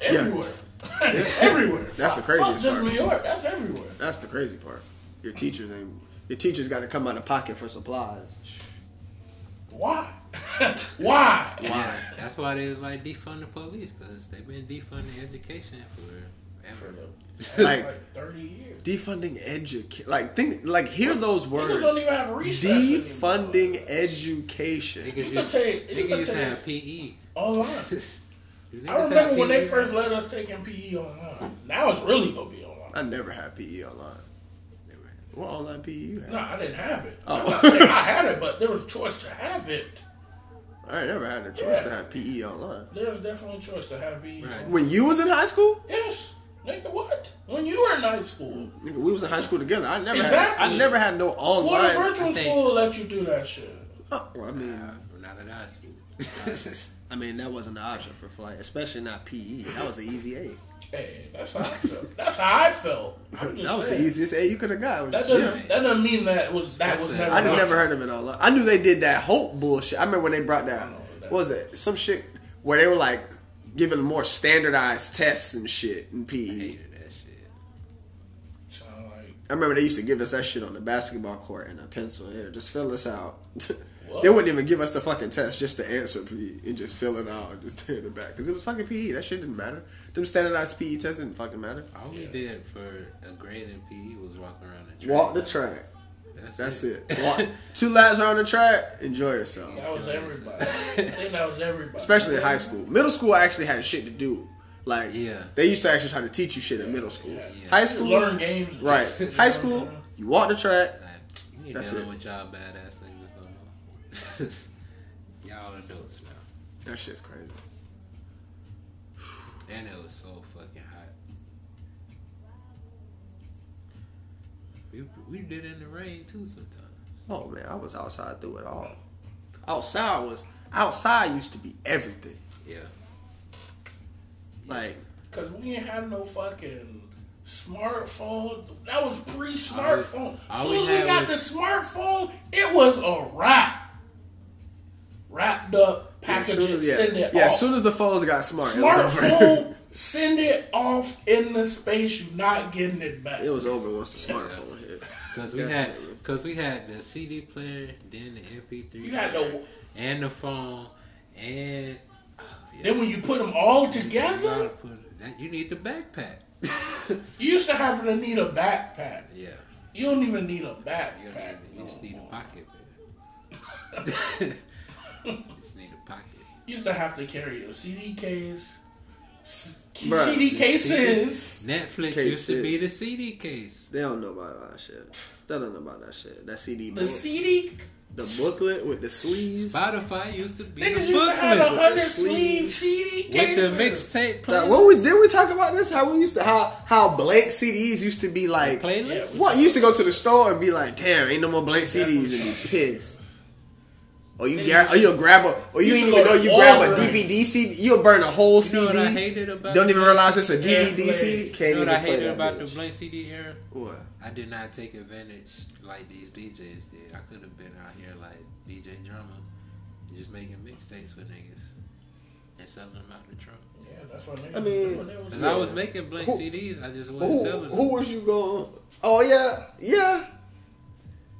Speaker 3: Everywhere. everywhere.
Speaker 4: That's the
Speaker 3: Fuck-
Speaker 4: craziest
Speaker 3: Fuck just
Speaker 4: part.
Speaker 3: New York. That's everywhere.
Speaker 4: That's the crazy part. Your teachers ain't. Your teachers got to come out of pocket for supplies.
Speaker 3: Why? Why?
Speaker 4: Why?
Speaker 2: That's why they like defund the police because they've been defunding education for ever.
Speaker 3: That's
Speaker 4: Like-
Speaker 3: like 30 years.
Speaker 4: Defunding education. Like think. Like hear those words.
Speaker 3: Niggas don't even have recess
Speaker 4: Defunding
Speaker 3: anymore.
Speaker 4: education.
Speaker 2: Niggas
Speaker 3: You can
Speaker 2: used,
Speaker 3: take- you
Speaker 2: niggas
Speaker 3: can
Speaker 2: used to
Speaker 3: take-
Speaker 2: have E. PE.
Speaker 3: Online.
Speaker 2: Niggas
Speaker 3: I
Speaker 2: had
Speaker 3: remember when they
Speaker 2: PE.
Speaker 3: first let us take MPE online. Now it's really going to be online.
Speaker 4: I never had PE online. Never had- What online PE you had?
Speaker 3: No, I didn't have it.
Speaker 4: Oh.
Speaker 3: I'm not saying I had it, but there was choice to have it.
Speaker 4: I ain't never had the choice
Speaker 3: Yeah.
Speaker 4: to have PE online.
Speaker 3: There's definitely choice to have be. um,
Speaker 2: Right.
Speaker 4: When you was in high school,
Speaker 3: Yes, nigga, what? When you were in high school,
Speaker 4: nigga, we was in high school together. I never. Had, I
Speaker 3: Exactly.
Speaker 4: never had no
Speaker 3: Florida
Speaker 4: online.
Speaker 3: virtual
Speaker 2: I think-
Speaker 3: school let you do that shit.
Speaker 4: Oh, well, I mean,
Speaker 2: Not that I speak.
Speaker 4: I mean that wasn't an option for flight, especially not PE. That was the easy A.
Speaker 3: Hey, that's how I felt. that's how I felt. I'm just
Speaker 4: That was the
Speaker 3: saying.
Speaker 4: easiest A you could have got.
Speaker 3: That
Speaker 4: Yeah.
Speaker 3: doesn't, that doesn't mean that was that was
Speaker 2: That's
Speaker 3: never.
Speaker 2: it.
Speaker 4: I just
Speaker 3: an
Speaker 4: never
Speaker 3: option.
Speaker 4: heard of it all. I knew they did that Hope bullshit. I remember when they brought that. What was it? Some shit where they were like giving more standardized tests and shit in E. PE.
Speaker 2: hated that shit.
Speaker 3: Sound like
Speaker 4: I remember they used to give us that shit on the basketball court and a pencil. Yeah, just fill us out. they wouldn't even give us the fucking test just to answer PE and just fill it out and just tear it back because it was fucking PE. That shit didn't matter. Them standardized PE tests didn't fucking matter.
Speaker 2: All we did for a grade in PE was walk around the track.
Speaker 4: Walk the track.
Speaker 2: That's,
Speaker 4: That's it. Walk two laps around the track. Enjoy yourself.
Speaker 3: that was everybody. I think that was everybody.
Speaker 4: especially in high school. Middle school, I actually had shit to do. Like,
Speaker 2: Yeah.
Speaker 4: they used to actually try to teach you shit in middle school.
Speaker 2: Yeah.
Speaker 4: High
Speaker 3: You
Speaker 4: school,
Speaker 3: learn games. and
Speaker 4: right?
Speaker 3: shit.
Speaker 4: High school, you walk the track.
Speaker 2: Like, you ain't
Speaker 4: That's
Speaker 2: dealing
Speaker 4: it.
Speaker 2: with y'all badass niggas no more. y'all adults now.
Speaker 4: That shit's crazy.
Speaker 2: And it was so fucking hot. We, we did it in the rain too sometimes.
Speaker 4: Oh man, I was outside through it all. Outside was outside used to be everything.
Speaker 2: Yeah.
Speaker 4: Like,
Speaker 3: Cause we didn't have no fucking smartphone. That was pre-smartphone. As
Speaker 2: All we- all
Speaker 3: soon as
Speaker 2: we
Speaker 3: we
Speaker 2: had
Speaker 3: got
Speaker 2: was-
Speaker 3: the smartphone, it was a wrap, wrapped up,
Speaker 4: as
Speaker 3: package
Speaker 4: soon
Speaker 3: it,
Speaker 4: as, yeah,
Speaker 3: send it
Speaker 4: yeah,
Speaker 3: off.
Speaker 4: as soon as the phones got smart, it was over.
Speaker 3: smartphone, send it off in the space. You're not getting it back.
Speaker 4: it was over once the smartphone hit.
Speaker 2: Cause we had, cause we had the CD player, then the MP3,
Speaker 3: You had
Speaker 2: player,
Speaker 3: the-
Speaker 2: and the phone, and
Speaker 3: Then when you put them all
Speaker 2: You gotta
Speaker 3: together,
Speaker 2: put that. You need the backpack.
Speaker 3: You used to have to need a backpack.
Speaker 2: Yeah.
Speaker 3: You don't even need
Speaker 2: You,
Speaker 3: a
Speaker 2: don't
Speaker 3: backpack.
Speaker 2: need-
Speaker 3: no
Speaker 2: you just need
Speaker 3: more.
Speaker 2: a pocket. man. just need a pocket.
Speaker 3: You used to have to carry your CD case, s-
Speaker 4: Bruh,
Speaker 3: CD cases.
Speaker 2: Netflix
Speaker 4: Case
Speaker 2: used to be the
Speaker 4: is-
Speaker 2: CD case.
Speaker 4: They don't know about all that shit. They don't know about that shit. That CD book.
Speaker 3: The CD
Speaker 4: The booklet with the sleeves.
Speaker 2: Spotify used to be
Speaker 3: niggas
Speaker 2: the
Speaker 3: used to have a
Speaker 2: booklet
Speaker 3: hundred
Speaker 4: sleeve.
Speaker 3: sleeve CD
Speaker 2: with the
Speaker 3: cases.
Speaker 2: mixtape
Speaker 4: Like,
Speaker 2: playlist.
Speaker 4: what we did we talk about this? How we used to how how blank CDs used to be like.
Speaker 2: playlist.
Speaker 3: Yeah,
Speaker 4: What you used to go to the store and be like, damn, ain't no more blank CDs and be pissed. Or you
Speaker 3: They
Speaker 4: grab,
Speaker 3: used
Speaker 4: or you'll grab a, or you
Speaker 3: used
Speaker 4: ain't
Speaker 3: to
Speaker 4: even
Speaker 3: go
Speaker 4: know
Speaker 3: to
Speaker 4: you grab a
Speaker 3: Walgreens.
Speaker 4: DVD CD. You'll burn a whole
Speaker 2: You know what I hated
Speaker 4: CD.
Speaker 2: about
Speaker 4: Don't
Speaker 2: the
Speaker 4: even
Speaker 2: Blank-
Speaker 4: realize it's a DVD
Speaker 3: Airplay.
Speaker 4: CD. Can't
Speaker 2: You know
Speaker 4: even
Speaker 2: what I
Speaker 4: play
Speaker 2: hated
Speaker 4: that
Speaker 2: about
Speaker 4: bitch.
Speaker 2: the blank CD era?
Speaker 4: What?
Speaker 2: I did not take advantage like these DJs did. I could have been out here like DJ Drama, and just making mixtapes with niggas and selling them out the trunk.
Speaker 3: Yeah, that's what
Speaker 4: I mean,
Speaker 2: Cause
Speaker 3: yeah.
Speaker 2: I was making blank
Speaker 4: Who-
Speaker 2: CDs. I just wasn't
Speaker 4: Who,
Speaker 2: selling them.
Speaker 4: who was you going? Oh yeah, yeah,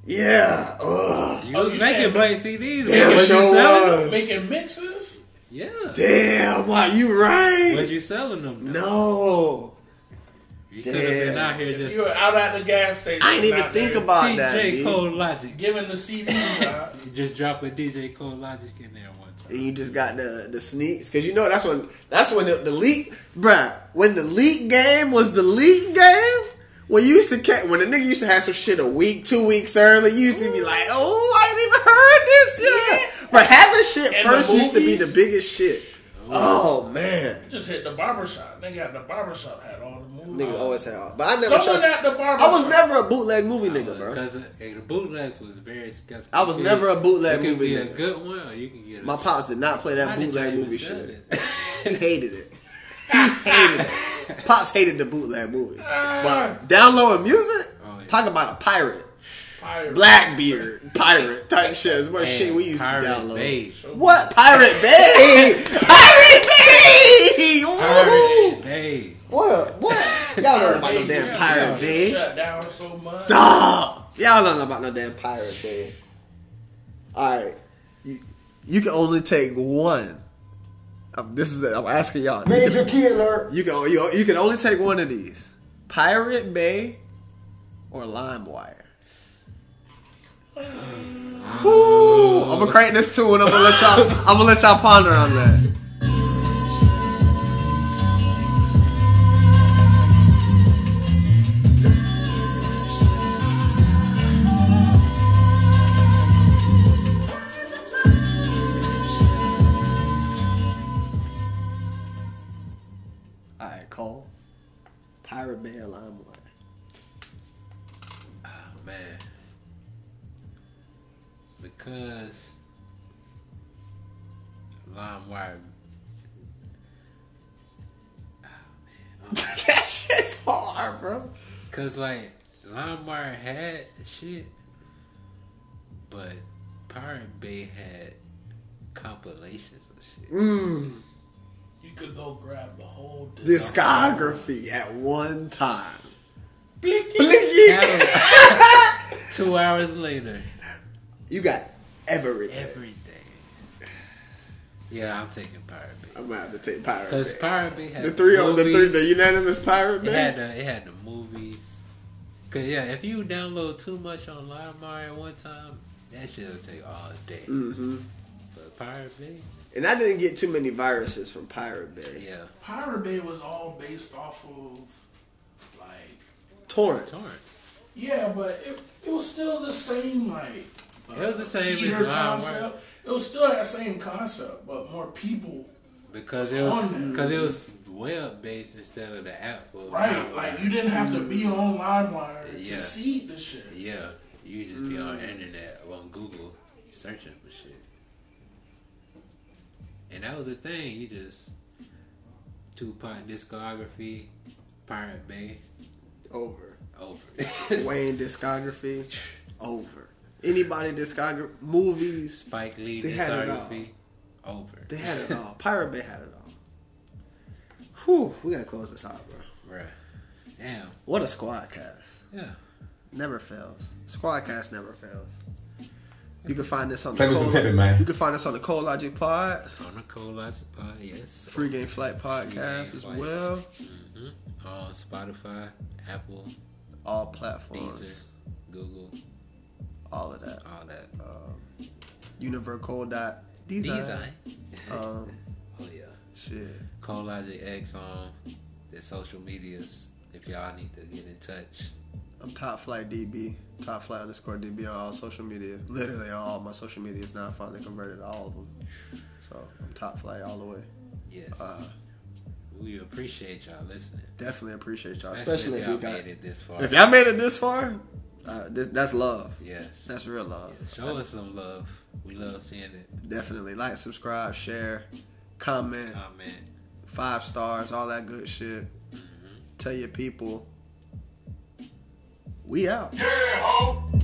Speaker 4: yeah. Ugh.
Speaker 2: you
Speaker 3: Oh,
Speaker 2: was
Speaker 3: you
Speaker 2: making
Speaker 3: said-
Speaker 2: blank CDs.
Speaker 4: Damn,
Speaker 2: but was you
Speaker 4: sure
Speaker 2: selling them?
Speaker 4: was.
Speaker 3: making mixes.
Speaker 2: Yeah.
Speaker 4: Damn, why you
Speaker 2: Was
Speaker 4: right?
Speaker 2: you selling them? though?
Speaker 4: No,
Speaker 2: You could have been
Speaker 4: Damn.
Speaker 2: out here
Speaker 3: If
Speaker 2: just
Speaker 3: you were out at the gas station,
Speaker 4: I didn't even
Speaker 3: out
Speaker 4: think
Speaker 3: there
Speaker 4: about that.
Speaker 2: DJ
Speaker 4: dude.
Speaker 2: Cole Logic.
Speaker 3: giving the CDs out.
Speaker 2: You just drop a DJ Cole Logic in there one time.
Speaker 4: and you just got the the sneaks because you know that's when that's when the, the leak, bruh. When the leak game was the leak game, when you used to ca- when a nigga used to have some shit a week, two weeks early, you used to be like, oh, I ain't even heard this yet. But having shit
Speaker 3: And the
Speaker 4: first used to be the
Speaker 3: movies.
Speaker 4: biggest shit. Oh man,
Speaker 3: Just hit the barber shop. Nigga at the barber shop had all the movies.
Speaker 4: niggas always had, all- but I never
Speaker 3: Someone
Speaker 4: trust.
Speaker 3: at the barber.
Speaker 4: I was
Speaker 3: shop.
Speaker 4: never a bootleg movie nigga, bro.
Speaker 2: Because the bootlegs was very skeptical.
Speaker 4: I was never a bootleg
Speaker 2: You could
Speaker 4: movie
Speaker 2: be a
Speaker 4: nigga.
Speaker 2: good one, or you can get a
Speaker 4: My pops did not play that
Speaker 2: How did you
Speaker 4: bootleg
Speaker 2: even
Speaker 4: movie
Speaker 2: sell
Speaker 4: shit.
Speaker 2: it?
Speaker 4: He hated it. He hated it. Pops hated the bootleg movies. But downloading music,
Speaker 2: Oh, yeah.
Speaker 4: talk about a pirate,
Speaker 3: Pirate.
Speaker 4: Blackbeard pirate type shit is what
Speaker 2: Man,
Speaker 4: shit we used to
Speaker 2: Pirate
Speaker 4: download.
Speaker 2: Bay.
Speaker 4: What pirate bay? pirate bay! Woohoo!
Speaker 2: Pirate Bay.
Speaker 4: What? What? Y'all don't know about no
Speaker 3: Hey,
Speaker 4: damn
Speaker 3: yeah,
Speaker 4: pirate
Speaker 3: yeah,
Speaker 4: bay.
Speaker 3: Shut down so much.
Speaker 4: Dog! Y'all don't know about no damn pirate bay. All right, you, you can only take one. Um, this is it. I'm asking y'all. You can-
Speaker 1: Major key alert.
Speaker 4: you can you, you can only take one of these: Pirate Bay or LimeWire. Woo! I'm gonna crank this too, and I'm gonna let y'all. I'm gonna let y'all ponder on that. All right, Cole. Pirate Bay or LimeWire.
Speaker 2: Oh, Man. Because LimeWire.
Speaker 4: that shit's hard, bro.
Speaker 2: Because, like, LimeWire had shit, but Pirate Bay had compilations of shit.
Speaker 3: You could go grab the whole disc.
Speaker 4: Discography at one time.
Speaker 3: Blinky.
Speaker 4: Blinky.
Speaker 2: That was- Two hours later.
Speaker 4: You got everything.
Speaker 2: Everything. Yeah, I'm taking Pirate Bay.
Speaker 4: I'm gonna have to take Pirate
Speaker 2: Because
Speaker 4: Bay.
Speaker 2: Pirate Bay had
Speaker 4: the three of the three,
Speaker 2: movies.
Speaker 4: the unanimous Pirate
Speaker 2: It
Speaker 4: Bay.
Speaker 2: had the it had the movies. Cause yeah, if you download too much on LimeWire at one time, that shit'll take all day.
Speaker 4: hmm
Speaker 2: But Pirate Bay,
Speaker 4: And I didn't get too many viruses from Pirate Bay.
Speaker 2: yeah,
Speaker 3: Pirate Bay was all based off of like
Speaker 4: Torrents.
Speaker 2: torrent.
Speaker 3: yeah, but it, it was still the same like uh,
Speaker 2: It was the same as
Speaker 3: theater
Speaker 2: Lion Wire.
Speaker 3: concept. It was still that same concept, but more people
Speaker 2: Because it was
Speaker 3: On there.
Speaker 2: because it was web based instead of the app. of
Speaker 3: right.
Speaker 2: LimeWire.
Speaker 3: Like you didn't have to be on LimeWire
Speaker 2: Mm-hmm. Yeah.
Speaker 3: to see the shit.
Speaker 2: yeah, you just be
Speaker 4: Mm.
Speaker 2: on the internet or on Google searching for shit. And that was the thing. You just Tupac discography, Pirate Bay,
Speaker 4: Over.
Speaker 2: over.
Speaker 4: Wayne discography. Over. Anybody discography. Movies.
Speaker 2: Spike Lee
Speaker 4: They had it all.
Speaker 2: discography over.
Speaker 4: They had it all. Pirate Bay had it all. Whew. We gotta close this out, bro.
Speaker 2: Bruh. Damn.
Speaker 4: What a squad cast.
Speaker 2: Yeah.
Speaker 4: Never fails. Squadcast never fails. You can find this on
Speaker 8: Play
Speaker 4: the
Speaker 8: with some
Speaker 4: Cole-
Speaker 8: pivot, man.
Speaker 4: You can find us on the Cole Logic Pod,
Speaker 2: On a cold logic pod, yes.
Speaker 4: Free Game Flight
Speaker 2: Free Game
Speaker 4: Podcast as
Speaker 2: Flight.
Speaker 4: well.
Speaker 2: on Spotify, Apple,
Speaker 4: All platforms.
Speaker 2: Deezer, Google,
Speaker 4: All of that.
Speaker 2: all that.
Speaker 4: Univercole.design.
Speaker 2: Design.
Speaker 4: Um,
Speaker 2: Oh yeah.
Speaker 4: shit.
Speaker 2: Call Logic X on their social medias if y'all need to get in touch.
Speaker 4: I'm top flight DB, top flight underscore DB on all social media. Literally on all my social medias now. I finally converted all of them. So I'm top flight all the way.
Speaker 2: Yes.
Speaker 4: Uh,
Speaker 2: we appreciate y'all listening.
Speaker 4: definitely appreciate y'all. Especially
Speaker 2: Especially, if
Speaker 4: if
Speaker 2: y'all
Speaker 4: you got.
Speaker 2: made it this far.
Speaker 4: If y'all made it this far, uh, th- that's love.
Speaker 2: yes.
Speaker 4: That's real love.
Speaker 2: Show us some love. We love seeing it.
Speaker 4: Definitely like, subscribe, share, comment,
Speaker 2: Comment.
Speaker 4: five stars, all that good shit.
Speaker 2: Mm-hmm.
Speaker 4: Tell your people. We out.
Speaker 7: Yeah, ho!